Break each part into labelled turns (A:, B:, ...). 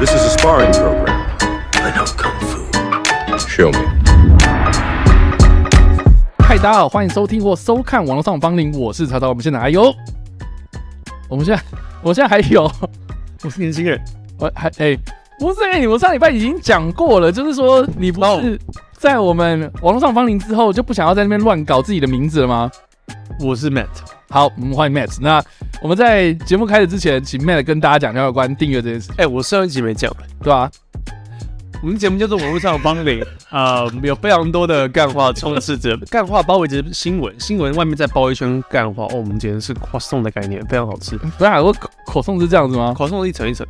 A: sparring program. I know kung fu. Show me.
B: 嗨，大家好，欢迎收听或收看网络上芳龄，我是曹操。我们现在还有，我们现在，我现在还有，
C: 我是年轻人，
B: 我还哎、不是哎、我上礼拜已经讲过了，就是说你不
C: No
B: 是在我们网络上芳龄之后就不想要在那边乱搞自己的名字了吗？
C: 我是 Matt。
B: 好，我们欢迎 Matt。那我们在节目开始之前，请 Matt 跟大家讲一下有关订阅这件事，
C: 哎、我上一集没讲，
B: 对吧、
C: 我们节目叫做《网络上的帮 领》啊，有非常多的干话充斥 着，干话包围着新闻，新闻外面再包一圈干话。哦，我们今天是 croissant 的概念，非常好吃，
B: 不然我口口送是这样子吗？
C: 嗯 croissant 一层 一层。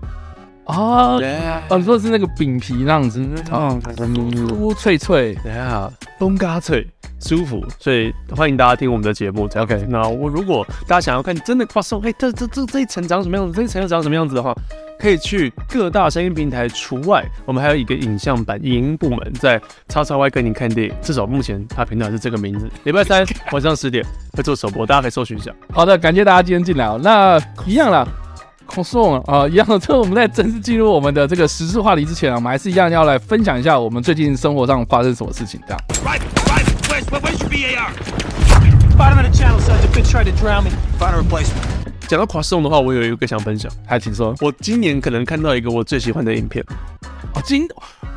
B: 啊，
C: 对啊，
B: 哦，你说的是那个饼皮那样子，
C: 嗯，
B: 酥脆脆。
C: 等一下，东嘎脆，舒服，所以欢迎大家听我们的节目。这样
B: OK
C: 那我如果大家想要看真的 croissant，哎、这这这这一层长什么样子，这一层又长什么样子的话，可以去各大声音平台除外，我们还有一个影像版影音部门在叉叉 Y 跟你看电影，至少目前它频道是这个名字。礼拜三晚上十点会做首播，大家可以搜寻一下。
B: 好的，感谢大家今天进来哦。那一样啦，空送啊，一样的。这我们在正式进入我们的这个时事话题之前啊，我们还是一样要来分享一下我们最近生活上发生什么事情。这样，
D: Bottom of the channel, Sergeant. Bitch tried to drown me. Find a replacement.
C: 讲到 croissant 的话，我有一个想分享，
B: 还请说。
C: 我今年可能看到一个我最喜欢的影片，
B: 哦，今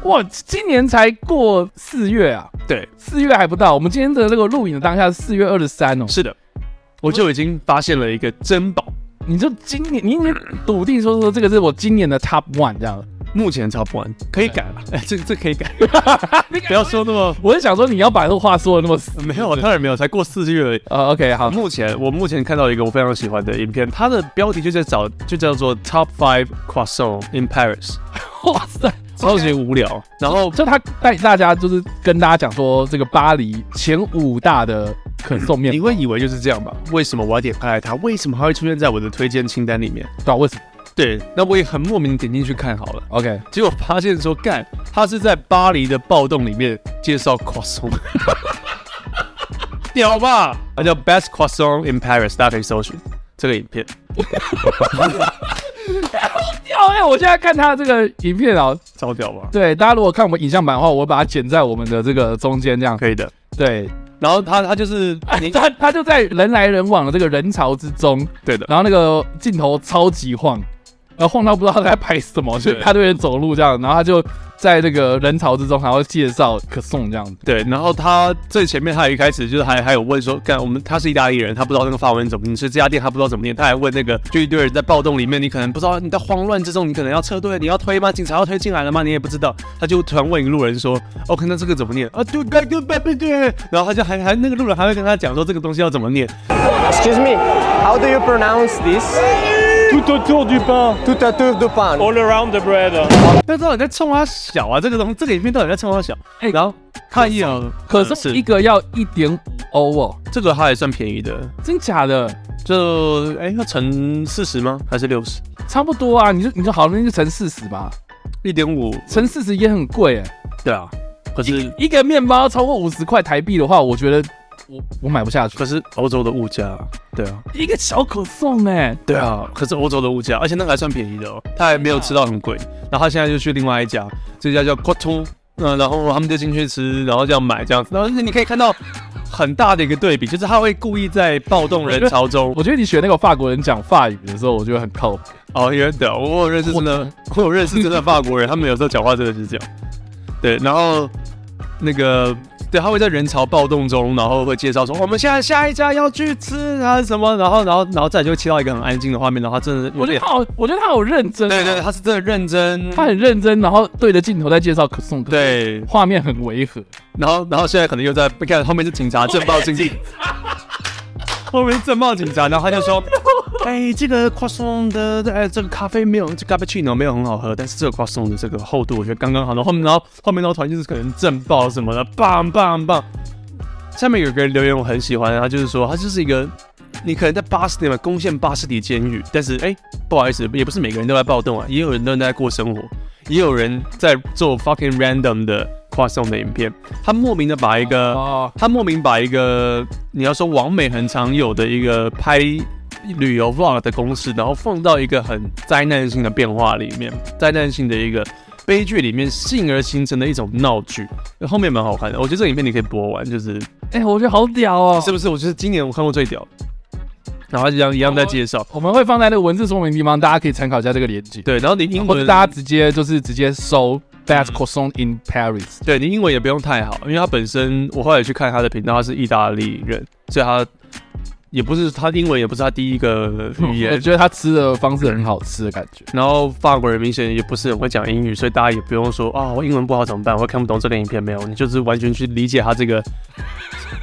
B: 哇，今年才过四月啊，
C: 对，
B: 四月还不到。我们今天的这个录影的当下是四月二十三哦。
C: 是的，我就已经发现了一个珍宝。
B: 你就今年，你已经笃定说说这个是我今年的 top one 这样。
C: 目前差不完，可以改了。哎、 这这可以改，不要说那么
B: 我是想说你要把这个话说的那么死。
C: 没有，啊当然没有，才过四月而已。
B: 呃，OK，好，
C: 目前我目前看到一个我非常喜欢的影片，它的标题就在找，就叫做 Top Five Croissant in Paris，
B: 哇塞。
C: 超级无聊。然后
B: 就他带大家就是跟大家讲说，这个巴黎前五大的可颂面
C: 你会以为就是这样吧？为什么我要点开来它？为什么它会出现在我的推荐清单里面？
B: 包，为什么
C: 对，那我也很莫名地点进去看好了，
B: ？OK，
C: 结果发现说，干，它是在巴黎的暴动里面介绍 croissant，屌吧？它叫 Best Croissant in Paris，大家可以搜寻这个影片。
B: 哦哎，我现在看他的这个影片啊，
C: 超屌吧？
B: 对大家如果看我们影像版的话，我会把它剪在我们的这个中间这样。
C: 可以的。
B: 对，
C: 然后他他就是你
B: 哎他他就在人来人往的这个人潮之中，
C: 对的，
B: 然后那个镜头超级晃，然后晃到不知道他在拍什么，就
C: 对
B: 他对人走路这样，然后他就在这个人潮之中，然后介绍可颂这样子。
C: 对。然后他最前面他一开始就是还还有问说，干我们他是意大利人，他不知道那个法文怎么念，是这家店他不知道怎么念，他还问那个就一堆人在暴动里面，你可能不知道你在慌乱之中，你可能要撤退，你要推吗？警察要推进来了吗？你也不知道，他就突然问一个路人说，OK，那这个怎么念啊？对对对对对对。然后他就还还那个路人还会跟他讲说这个东西要怎么念，
E: Excuse me, how do you pronounce this? Tout autour du pain. Tout autour du pain.
C: 那到底在冲他小啊？这个东这个影片到底在冲他小？
B: 哎
C: 然后看一眼，
B: 可
C: 呃
B: 颂一个要一点五欧哦，
C: 这个他还算便宜的，
B: 真假的？
C: 就哎，要乘四十吗？还是六十？
B: 差不多啊，你就你就好，那就乘四十吧，
C: 一点五？
B: 乘四十也很贵哎、
C: 对啊。可是
B: 一个面包超过五十块台币的话，我觉得我我买不下去。
C: 可是欧洲的物价，对啊，
B: 一个小可颂哎、
C: 对啊。可是欧洲的物价，而且那个还算便宜的哦，他还没有吃到很贵。然后他现在就去另外一家，这家叫 c o t o 嗯，然后他们就进去吃，然后这样买这样子。然后你可以看到很大的一个对比，就是他会故意在暴动人潮中。
B: 我觉得你学那个法国人讲法语的时候，我觉得很靠谱。
C: 哦，也对，我有认识真的，我有认识真的法国人，他们有时候讲话真的是这样。对，然后那个对，他会在人潮暴动中，然后会介绍说我们现在下一家要去吃啊什么，然后然后然后再就会切到一个很安静的画面，然后他真的
B: 我
C: 有
B: 觉得
C: 点
B: 他，好，我觉得他好认真、啊
C: 对对，，他是真的认真，
B: 他很认真，然后对着镜头在介绍可颂，，
C: 对，
B: 画面很违和。
C: 然后然后现在可能又在，你看后面是警察正报警警。 后面是正报警察，然后他就说：“哎，这个 croissant 的，哎，这个咖啡没有，这 cappuccino 没有很好喝，但是这个 croissant 的这个厚度我觉得刚刚好。”然后后面，然后后面那团就是可能正报什么的，棒棒棒。下面有个人留言我很喜欢，他就是说他就是一个，你可能在巴士里面攻陷巴士底监狱，但是哎、不好意思，也不是每个人都在暴动啊，也有人都在过生活，也有人在做 fucking random 的 croissant 的影片，他莫名的把一个。
B: 哦，
C: 他莫名把一个你要说王美很常有的一个拍旅游 vlog 的公式，然后放到一个很灾难性的变化里面，灾难性的一个悲剧里面，进而形成的一种闹剧。后面蛮好看的，我觉得这影片你可以播完，就是
B: 哎、我觉得好屌哦！
C: 是不是？我觉得今年我看过最屌的。然后一样一样
B: 哦
C: 在介绍，
B: 我们会放在那个文字说明地方，大家可以参考一下这个链接。
C: 对，嗯然后你英
B: 或者
C: 文
B: 大家直接就是直接搜 Best Croissant in Paris。
C: 对你英文也不用太好，因为他本身我后来去看他的频道，他是意大利人，所以他也不是他英文也不是他第一个语
B: 我
C: 言。
B: 觉得他吃的方式很好吃的感觉。
C: 然后法国人明显也不是很会讲英语，所以大家也不用说啊，我英文不好怎么办？我看不懂这个影片没有？你就是完全去理解他这个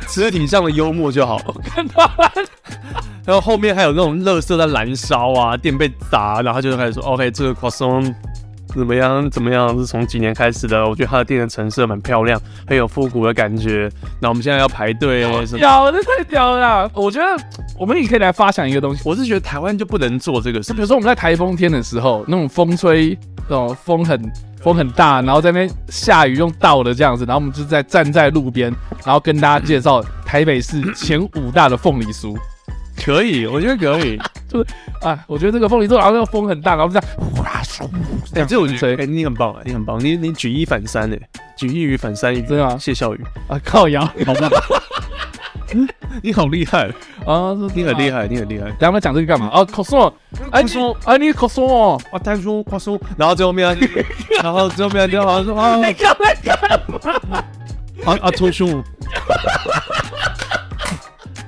C: 肢体上的幽默就好。我看到， 然后后面还有那种垃圾在燃烧啊，店被砸，然后他就开始说，OK，这个 croissant 怎么样怎么样是从几年开始的？我觉得他的店的陈设蛮漂亮，很有复古的感觉。那我们现在要排队哦，什么？
B: 屌，这太屌了啦！我觉得我们也可以来发想一个东西，
C: 我是觉得台湾就不能做这个事
B: 就比。如说我们在台风天的时候，那种风吹，那种风很风很大，然后在那边下雨用倒的这样子，然后我们就在站在路边，然后跟大家介绍台北市前五大的凤梨酥。
C: 可以，我觉得可以。
B: 啊，我觉得这个凤梨酥，然后那个风很大，然后这样呼啦唰，
C: 哎、这我觉
B: 所以
C: 得，哎、你很棒啊，你很棒，你你举一反三哎、举一于反三于，
B: 真的吗
C: 谢笑宇，
B: 啊靠腰
C: 好棒！你好厉害，
B: 啊，
C: 你很厉
B: 害。
C: 害，你很厉害。
B: 等下我们讲这个干嘛？哦，口送，哎，
C: croissant
B: 哎，你口送哦，
C: 哇，他说话说，然后最后面，啊 然后最后面就好像说啊
B: 干嘛干嘛？
C: 啊啊，图书。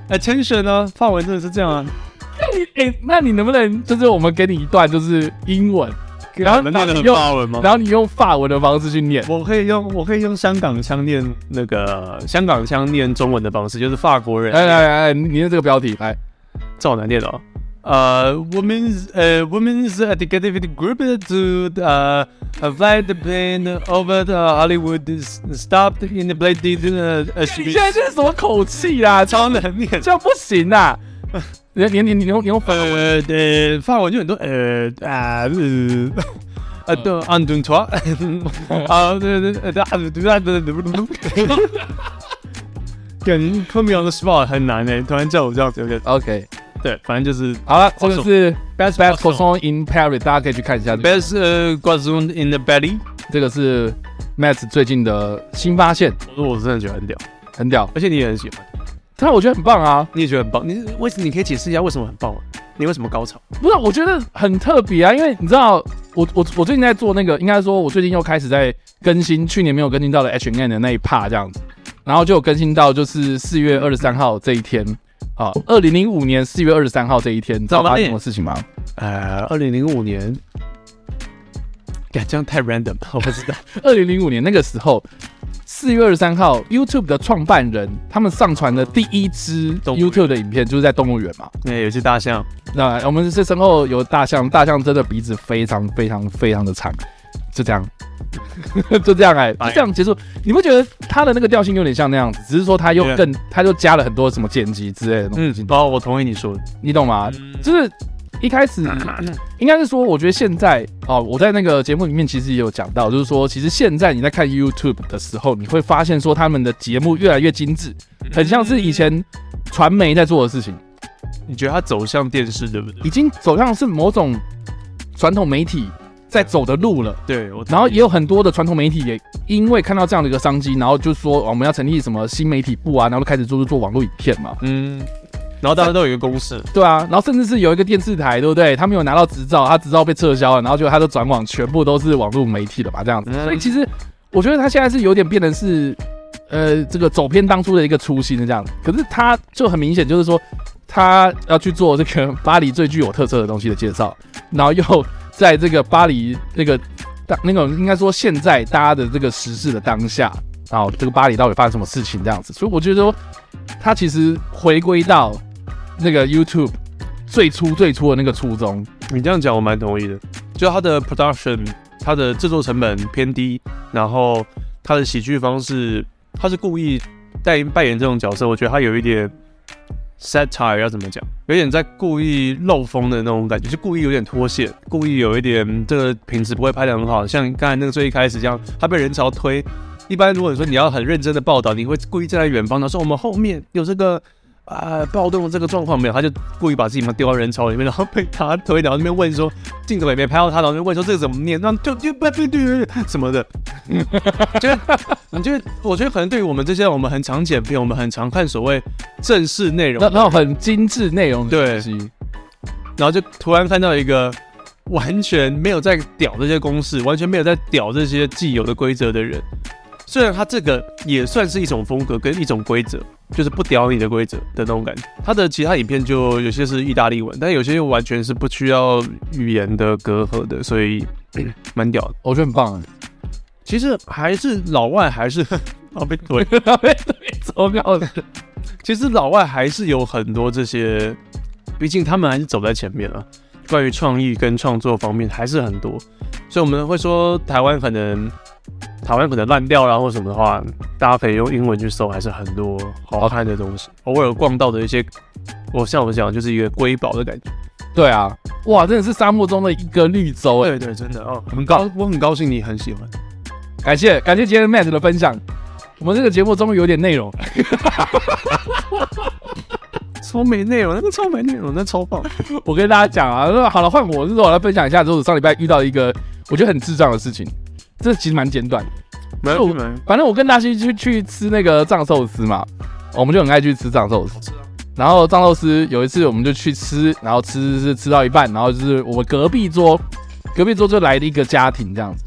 C: Attention 呢？法文真的是这样啊，
B: 哎、那你能不能就是我们给你一段就是英文，然后
C: 能念得很
B: 用
C: 法文吗
B: 然后你用法文的方式去念，
C: 我可以用我可以用香港腔念那个香港腔念中文的方式，就是法国人
B: 来来来来，你念这个标题来。
C: 这好难念的哦。呃、w o m e n s 呃、Women's Educative Group uh, to 呃、fly the plane over the Hollywood is stopped in the uh, plane did 呃呃，
B: 你现在这是什么口气啦？
C: 超难念。
B: 这样不行 啦！你你你你用你用法
C: 呃呃，法文就很多呃啊呃。啊，对，安顿 错，啊，对对对，啊，对对对对对， 感觉昆明的 spot 很难诶，突然叫我这样子有点，
B: OK，
C: 对，反正就是
B: 好了，这个是 Best Best
C: Croissant
B: Croissant in Paris，大家可以去看一下。
C: best g u a z o n in the belly，
B: 这个是 Matt 最近的新发现，
C: 我说我真的觉得很屌，
B: 很屌，
C: 而且你也很喜欢，
B: 但我觉得很棒啊！
C: 你也觉得很棒。你为什你可以解释一下为什么很棒吗？你为什么高潮？
B: 不是，我觉得很特别啊，因为你知道，我我我最近在做那个，应该说，我最近又开始在更新去年没有更新到的 H N 的那一 part 这样子，然后就有更新到就是四月二十三号这一天，啊，二零零五年四月二十三号这一天，你知道发生什么事情吗？
C: 呃，二零零五 年，感这样太 random，了我不知道。
B: 二零零五年那个时候，四月二十三号，YouTube 的创办人他们上传的第一支
C: 动物园
B: YouTube 的影片就是在动物园嘛，
C: 那有一只大象，
B: 那我们这身后有大象，大象真的鼻子非常非常非常的长，就这样， 就这样哎、
C: 哎
B: 就这样结束。你不觉得它的那个调性有点像那样子？只是说它又
C: Yeah
B: 更，它又加了很多什么剪辑之类的东西
C: 嗯，哦，我同意你说的，
B: 你懂吗？就是一开始应该是说，我觉得现在哦，我在那个节目里面其实也有讲到，就是说，其实现在你在看 YouTube 的时候，你会发现说他们的节目越来越精致，很像是以前传媒在做的事情。
C: 你觉得它走向电视对不对？
B: 已经走向是某种传统媒体在走的路了。
C: 对，我同意
B: 然后也有很多的传统媒体也因为看到这样的一个商机，然后就说哦我们要成立什么新媒体部啊，然后就开始做做网络影片嘛，
C: 嗯，然后大家都有一个公式，
B: 对啊，然后甚至是有一个电视台，对不对？他没有拿到执照，他执照被撤销了，然后就他就转网，全部都是网络媒体了嘛，这样子。
C: 嗯
B: 所以其实我觉得他现在是有点变成是，呃，这个走偏当初的一个初心的这样子。可是他就很明显就是说，他要去做这个巴黎最具有特色的东西的介绍，然后又在这个巴黎那个当那个应该说现在大家的这个时事的当下，然后这个巴黎到底发生什么事情这样子，所以我觉得说他其实回归到那个 YouTube 最初最初的那个初衷，
C: 你这样讲我蛮同意的，就它的 production，它的制作成本偏低，然后它的喜剧方式，它是故意代扮演这种角色，我觉得它有一点 satire 要怎么讲，有点在故意漏风的那种感觉，就故意有点脱线，故意有一点这个品质不会拍的很好，像刚才那个最一开始这样，它被人潮推。一般如果说你要很认真的报道，你会故意站在远方，然后说我们后面有这个啊暴动这个状况没有，他就故意把自己嘛丢到人潮里面，然后被他推倒，然后那边问说镜头也没拍到他，然后就问说这个怎么念，然后就就不不对什么的，就是你觉得我觉得可能对于我们这些我们很常剪片，我们很常看所谓正式内容
B: 那，那种很精致内容的东
C: 对
B: 西，
C: 然后就突然看到一个完全没有在屌这些公式，完全没有在屌这些既有的规则的人。虽然他这个也算是一种风格跟一种规则，就是不屌你的规则的那种感觉。他的其他影片就有些是意大利文，但有些又完全是不需要语言的隔阂的，所以嗯蛮屌的。
B: 我觉得很棒哎。
C: 其实还是老外还是 啊被怼，
B: 然后被走掉的，
C: 其实老外还是有很多这些，毕竟他们还是走在前面啊。关于创意跟创作方面还是很多，所以我们会说台湾可能台湾可能烂掉啦或什么的话，大家可以用英文去搜，还是很多好看的东西。偶尔逛到的一些，我像我讲就是一个瑰宝的感觉。
B: 对啊，哇，真的是沙漠中的一个绿洲哎。
C: 对对，真的哦，
B: 很高，
C: 我很高兴你很喜欢。
B: 感谢感谢今天 Matt 的分享，我们这个节目终于有点内容。
C: 超没内容，那个超没内容，那超棒。
B: 我跟大家讲啊，那好了，换我，就是我来分享一下，就是我上礼拜遇到一个我觉得很智障的事情，这其实蛮简短的。
C: 没
B: 有 没反正我跟大西去去吃那个藏寿司嘛，我们就很爱去吃藏寿司。然后藏寿司有一次我们就去吃，然后吃是吃到一半，然后就是我们隔壁桌，隔壁桌就来了一个家庭这样子。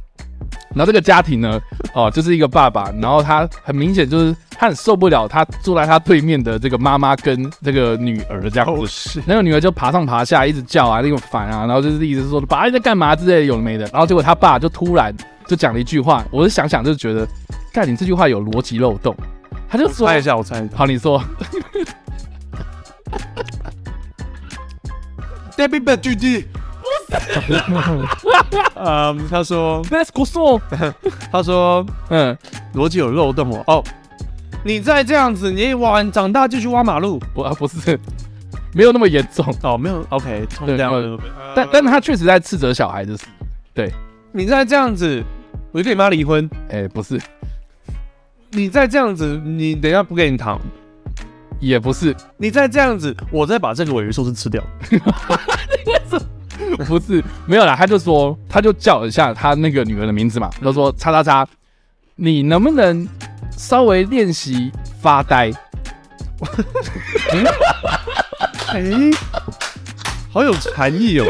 B: 然后这个家庭呢，哦，就是一个爸爸，然后他很明显就是他很受不了他坐在他对面的这个妈妈跟这个女儿这样子。
C: 是
B: 那个女儿就爬上爬下，一直叫啊，那个烦啊，然后就是一直说爸你在干嘛之类的，有的没的。然后结果他爸就突然就讲了一句话，我就想想就觉得，干你这句话有逻辑漏洞。他就说
C: 猜一，下，我猜一下。
B: 好，你说，
C: Debbie b a d d 嗯，他说，
B: Let's go so，
C: 他说
B: 嗯，
C: 逻辑有漏洞哦。哦，你再这样子，你挖完长大就去挖马路。
B: 我啊不是，没有那么严重，嗯
C: 哦，没有，OK，冲
B: 对
C: 这样
B: 没
C: 子。
B: 但但他确实在斥责小孩子，
C: 你再这样子，我就跟你妈离婚。
B: 哎、不是，
C: 你再这样子，你等一下不给你糖。
B: 也不是，
C: 你再这样子，我再把这个尾鱼寿司吃掉。
B: 不是，没有啦，他就说，他就叫一下他那个女儿的名字嘛，他说叉叉叉，你能不能稍微练习发呆？
C: 哎、好有禅 意哦。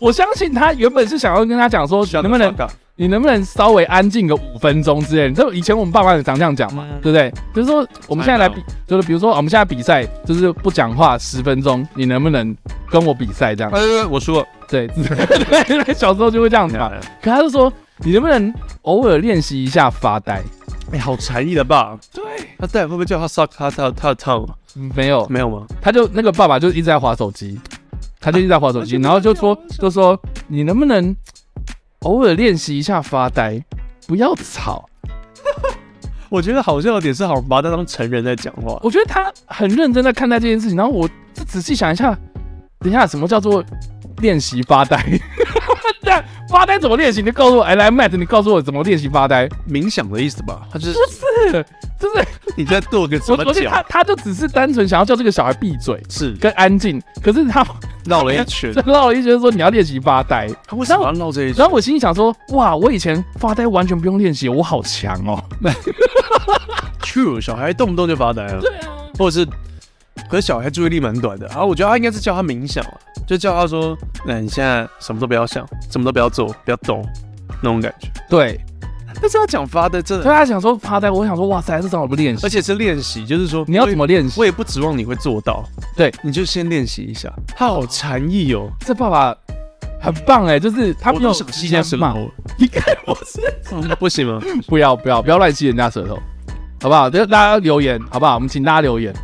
B: 我相信他原本是想要跟他讲说，能不能你能不能稍微安静个五分钟之类的？你知道以前我们爸妈也常这样讲嘛，
C: 嗯
B: 对不对？比如说我们现在来比，就是比如说哦我们现在比赛，就是不讲话十分钟，你能不能跟我比赛这样？
C: 呃，我输了。嗯
B: 对， 对，小时候就会这样
C: 哎
B: 子嘛。
C: 啊
B: 可他就说，你能不能偶尔练习一下发呆？
C: 哎、好禅意的爸。对。他大夫会不会叫他 suck 他他他的 tongue？
B: 没有，
C: 没有吗？
B: 他就那个爸爸就一直在划手机，他就一直在划手机，然后就说就说你能不能偶尔练习一下发呆，不要吵。
C: 我觉得好笑的点是，好把他当成人在讲话。
B: 我觉得他很认真在看待这件事情，然后我仔细想一下，等一下什么叫做练习发呆？ 但发呆怎么练习？你告诉我，哎，来 Matt，你告诉我怎么练习发呆？
C: 冥想的意思吧？他就是
B: 不是，就是
C: 你在跺个什
B: 我
C: 么
B: 我觉得他
C: 脚？
B: 他就只是单纯想要叫这个小孩闭嘴
C: 是
B: 跟安静，可是他，
C: 绕了一圈
B: 绕了一圈说你要练习发呆，
C: 他为什么要绕这一圈？
B: 然后我心里想说，哇，我以前发呆完全不用练习，我好强哦。
C: True，小孩动不动就发呆了，对啊，或者是，可是小孩注意力蛮短的啊。我觉得他应该是叫他冥想啊，就叫他说，那你现在什么都不要想，什么都不要做，不要动，那种感觉。 啊
B: 对，
C: 但是他讲发呆真
B: 所
C: 的，
B: 以他想说发呆，我想说，哇塞，这怎么不练习
C: 而？且是练习，就是说
B: 你要怎么练
C: 我
B: 习？
C: 也不指望你会做到，
B: 对，
C: 你就先练习一下。他好禅意哦，
B: 这爸爸很棒哎，就是他
C: 我
B: 没
C: 都
B: 有
C: 想吸他舌
B: 骂
C: 头，
B: 你看我是
C: 不行吗？
B: 不要不要不要乱吸人家舌头，好不好？就大家留言好不好？我们请大家留言，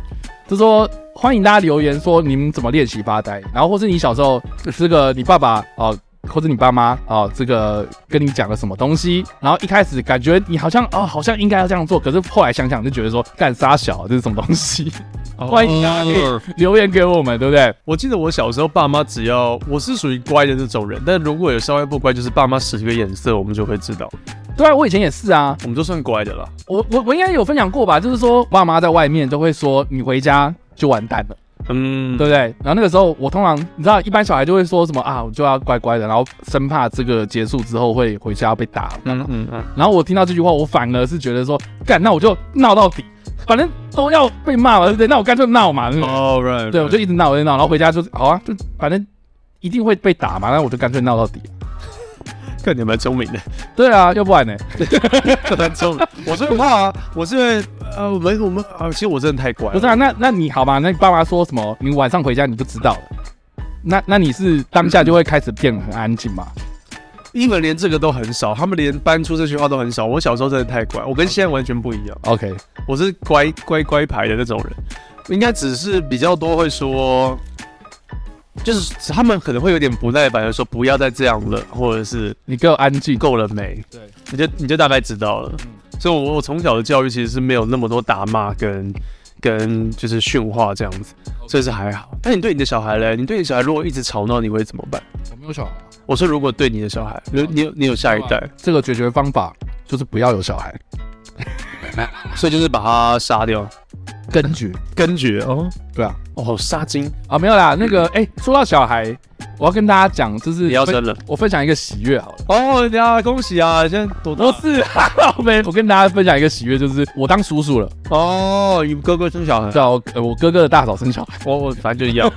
B: 就说欢迎大家留言说你们怎么练习发呆，然后或是你小时候这个你爸爸哦。或者你爸妈哦，这个跟你讲了什么东西，然后一开始感觉你好像哦，好像应该要这样做，可是后来想想就觉得说干啥小，这是什么东西？哦欢迎大家可以留言给我们，对不对？
C: 我记得我小时候，爸妈只要我是属于乖的那种人，但如果有稍微不乖，就是爸妈使个眼色，我们就会知道。
B: 对啊，我以前也是啊，
C: 我们都算乖的了。
B: 我我我应该有分享过吧，就是说爸妈在外面都会说你回家就完蛋了，
C: 嗯，
B: 对不对？然后那个时候我通常你知道，一般小孩就会说什么啊，我就要乖乖的，然后生怕这个结束之后会回家被打。
C: 嗯嗯嗯，
B: 然后我听到这句话，我反而是觉得说，干，那我就闹到底，反正都要被骂嘛，对不对？那我干脆闹嘛，对不对
C: 哦，right，
B: 对，我就一直闹，我就闹，然后回家就好啊，就反正一定会被打嘛，那我就干脆闹到底。啊
C: 看你蛮聪明的，
B: 对啊，要不然呢？
C: 蛮聪明。我是不怕啊，我是呃，我们我们啊，其实我真的太乖了。
B: 不是啊，那那你好吧？那你爸妈说什么？你晚上回家你就知道了。那那你是当下就会开始变很安静嘛？
C: 英文连这个都很少，他们连搬出这句话都很少。我小时候真的太乖，我跟现在完全不一样。
B: OK，
C: 我是乖乖乖牌的那种人，应该只是比较多会说，就是他们可能会有点不耐烦的说不要再这样了，或者是
B: 你给我安静。
C: 够了没？
B: 对，
C: 你就你就大概知道了。所以我，我从小的教育其实是没有那么多打骂跟跟就是训话这样子，所以是还好。那你对你的小孩嘞？你对你小孩如果一直吵闹，你会怎么办？
B: 我没有小孩，
C: 我说，如果对你的小孩，你你有你有下一代，
B: 这个解决方法就是不要有小孩，
C: 所以就是把他杀掉，
B: 根 绝。
C: 根绝哦
B: 对啊，
C: 哦，杀精，
B: 啊没有啦，那个哎、说到小孩，我要跟大家讲，就是
C: 你要
B: 分
C: 生了
B: 我分享一个喜悦好了。
C: 哦呀，恭喜啊！现在多
B: 不
C: 多
B: 是啊，我没 我跟大家分享一个喜悦，就是我当叔叔了，
C: 哦，你哥哥生小孩，
B: 叫我呃我哥哥的大嫂生小孩。
C: 我我反正 就一样，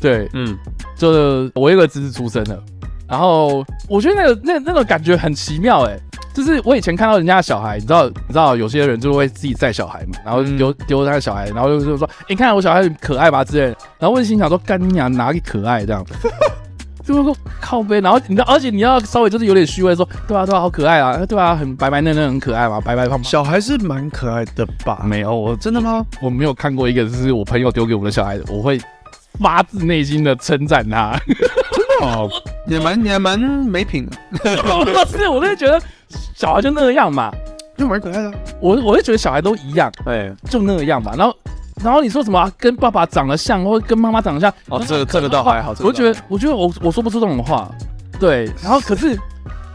B: 对，
C: 嗯，
B: 就是我有一个侄子出生了，然后我觉得那个那那种感觉很奇妙哎、就是我以前看到人家的小孩，你知道你知道有些人就会自己带小孩嘛，然后丢丢他的小孩，然后就是说，哎、你看我小孩很可爱吧之类的，然后我就心想说，干你娘哪里可爱这啊样。就是说靠背，然后你知道，而且你要稍微就是有点虚伪，说对啊对啊，好可爱啊，对啊，很白白嫩嫩，很可爱嘛，白白胖胖。
C: 小孩是蛮可爱的吧？
B: 没有，我
C: 真的吗？
B: 我没有看过一个就是我朋友丢给我的小孩，我会发自内心的称赞他。
C: 哦，也蛮也蛮没品的，
B: 不是， 我就觉得小孩就那样嘛，
C: 就蛮可爱的啊。
B: 我我就觉得小孩都一样，
C: 哎，
B: 就那样嘛。然后然后你说什么、啊跟爸爸长得像，或者跟妈妈长得像，
C: 哦，这个这个倒还好，这
B: 嗯
C: 个
B: 我
C: 倒
B: 觉得我觉得我我说不出这种话，对。然后可 是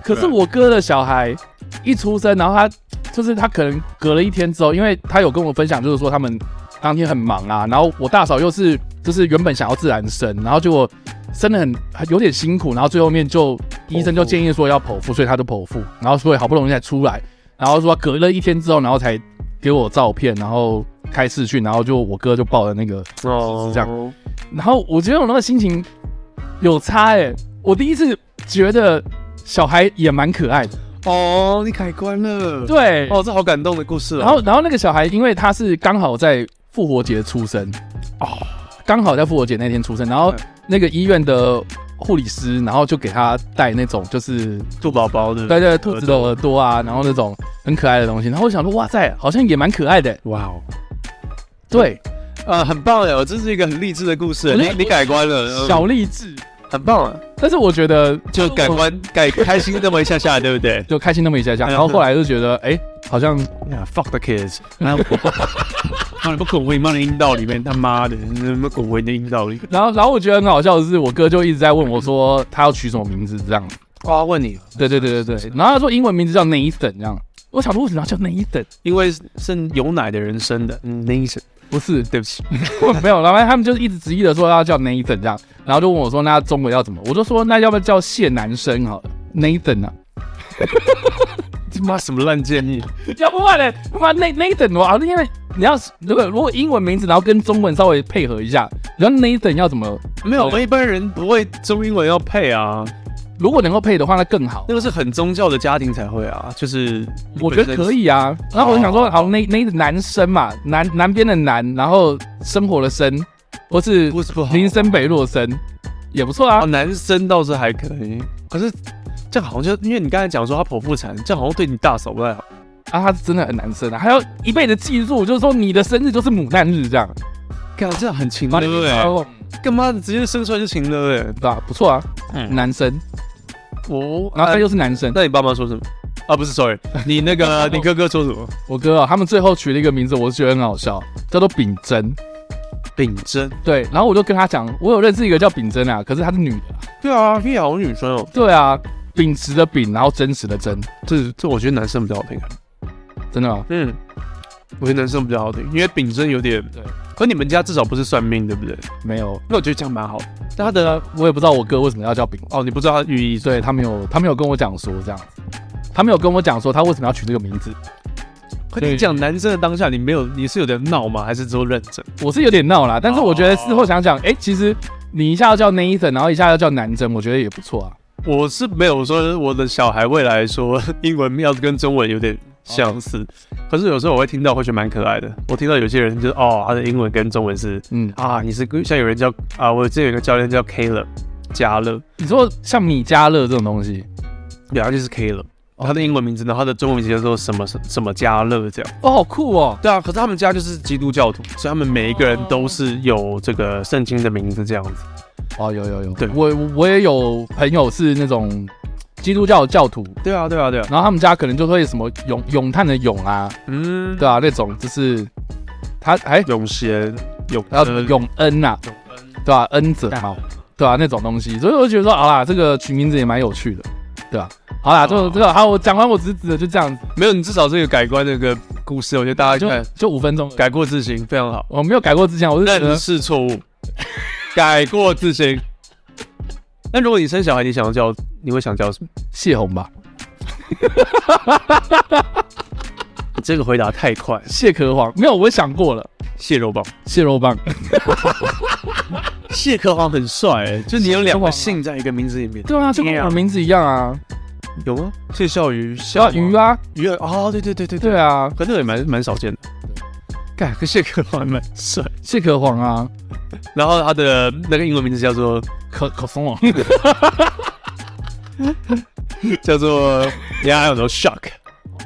B: 可是我哥的小孩一出生，然后他就是他可能隔了一天之后，因为他有跟我分享，就是说他们当天很忙啊，然后我大嫂又是就是原本想要自然生，然后结果生的很很有点辛苦，然后最后面就医生就建议说要剖腹，所以他就剖腹，然后所以好不容易才出来，然后说隔了一天之后，然后才给我照片，然后开视讯，然后就我哥就抱了那个
C: 哦
B: 是这样。然后我觉得我那个心情有差哎、我第一次觉得小孩也蛮可爱的，
C: 哦，你改观了。
B: 对。
C: 哦，这好感动的故事哦。
B: 然后然后那个小孩，因为他是刚好在复活节出生，哦，刚好在复活节那天出生，然后
C: 嗯
B: 那个医院的。护理师，然后就给他带那种，就是
C: 兔宝宝的，
B: 对对，兔子的耳朵啊，然后那种很可爱的东西。然后我想说，哇塞，好像也蛮可爱的。欸
C: 哇哦，
B: 对，
C: 呃，很棒哟，这是一个很励志的故事，
B: 我
C: 你
B: 觉得
C: 你改观了，
B: 小
C: 呃
B: 励志。
C: 很棒啊，
B: 但是我觉得
C: 就改
B: 我
C: 观改开心那么一下下，对不对
B: 就开心那么一下下，
C: 哎呀
B: 然后后来就觉得，哎，好像
C: ？Yeah，fuck the kids，然 后我妈你不滚回你妈的阴道里面，他妈的，你他妈滚回你的阴道里。
B: 然后，然后我觉得很好笑的是，我哥就一直在问我说他要取什么名字这样。
C: 哇，问你，
B: 对对对对对，然后他说英文名字叫 Nathan 这样。我想说为什么要叫 Nathan？
C: 因为是有奶的人生的，嗯，那一生，
B: 不是
C: 对不起，
B: 没有，然后他们就一直执意的说要叫 Nathan 这样，然后就问我说那中文要怎么？我就说那要不要叫谢男生好了，Nathan 啊，
C: 他妈什么烂建议？
B: 要不然呢？他妈 Na- Nathan 哇，因为你要是如果如果英文名字，然后跟中文稍微配合一下，然后 Nathan 要怎么？
C: 没有，我们一般人不会中英文要配啊，
B: 如果能够配的话，那更好
C: 那。个是很宗教的家庭才会啊，就是
B: 我觉得可以啊。然后我就想说，
C: 哦
B: 好，那那男生嘛，南南边的南，然后生活的生，或是
C: 不是不好
B: 林森北路的森，也不错啊
C: 哦，。男生倒是还可以，可是这样好像就因为你刚才讲说他剖腹产，这样好像对你大嫂不太好。
B: 啊，他是真的很男生啊，还要一辈子记住，就是说你的生日就是母难日这样。
C: 看这样很勤
B: 然后
C: 了
B: 你
C: 哎，
B: 哦
C: 干嘛直接生出来就勤了哎？
B: 对吧？不错啊，
C: 嗯呃
B: 男生，
C: 我
B: 哦然后他
C: 又
B: 又是男生。
C: 那你爸妈说什么？啊，不是，sorry，你那 个你哥哥说什么？
B: 我哥啊，他们最后取了一个名字，我是觉得很好笑，叫做秉真。
C: 秉真。
B: 对，然后我就跟他讲，我有认识一个叫秉真啊，可是她是女的啊。
C: 对啊，你好女生哦。
B: 对啊，秉持的秉，然后真实的真，
C: 这这我觉得男生比较好听。
B: 真的吗？
C: 嗯，我觉得男生比较好听，因为丙真有点对。可你们家至少不是算命，对不对？
B: 没有，
C: 那我觉得这样蛮好的。
B: 但他的我也不知道我哥为什么要叫丙，
C: 哦，你不知道它寓意，
B: 对他没有，他没有跟我讲说这样子，他没有跟我讲说他为什么要取这个名字。
C: 可你讲男生的当下，你没有，你是有点闹吗？还是只有认真？
B: 我是有点闹啦，但是我觉得事后想想，哎、其实你一下要叫 Nathan，然后一下要叫南真，我觉得也不错啊。
C: 我是没有说我的小孩未来说 英文要跟中文有点相似，可是有时候我会听到，会觉得蛮可爱的。我听到有些人就是哦，他的英文跟中文是
B: 嗯，
C: 啊，你是像有人叫啊，我之前有一个教练叫 Caleb 加勒，
B: 你说像米加乐这种东西，
C: 对，他就是 Caleb。他的英文名字呢，然后他的中文名字叫做什么什么加勒这样。
B: 哦，好酷哦。
C: 对啊，可是他们家就是基督教徒，所以他们每一个人都是有这个圣经的名字这样子。
B: 哦，有有有，
C: 对
B: 我我我也有朋友是那种基督教的教徒，
C: 对啊，对啊，对啊。
B: 然后他们家可能就会什么咏咏叹的咏啊，
C: 嗯，
B: 对啊，那种就是他哎，
C: 永贤永
B: 然后
C: 呃
B: 永恩呐、对吧、恩泽
C: 啊
B: 嘛，对吧、那种东西，所以我就觉得说，好啦，这个取名字也蛮有趣的，对吧、好啦，就
C: 哦
B: 这个，好，我讲完我侄子的就这样子，
C: 没有，你至少这个改观这个故事，我觉得大家
B: 就
C: 看
B: 就五分钟改，
C: 改过自新非常好，
B: 我没有改过之前，我是觉
C: 认
B: 得
C: 识错误，改过自新。那如果你生小孩，你想要叫，你会想叫什么？
B: 泄洪吧，
C: 这个回答太快了，
B: 蟹壳黄，没有，我想过了，
C: 蟹肉棒，
B: 蟹肉棒，
C: 蟹壳王很帅、欸，就你有
B: 蟹
C: 两
B: 壳王啊
C: 个姓在一个名字里面，
B: 对啊，就跟我的名字一样啊，
C: 有吗？谢笑鱼，
B: 对啊
C: 笑
B: 鱼
C: 啊，
B: 啊，
C: 鱼啊，哦，对对对对对，
B: 对啊，
C: 可是也蛮蛮少见的。干，可蟹壳王还蛮帅。
B: 蟹壳黄啊，
C: 然后他的那个英文名字叫做
B: 可可松哦，
C: 叫做 Yeah，I don't know shock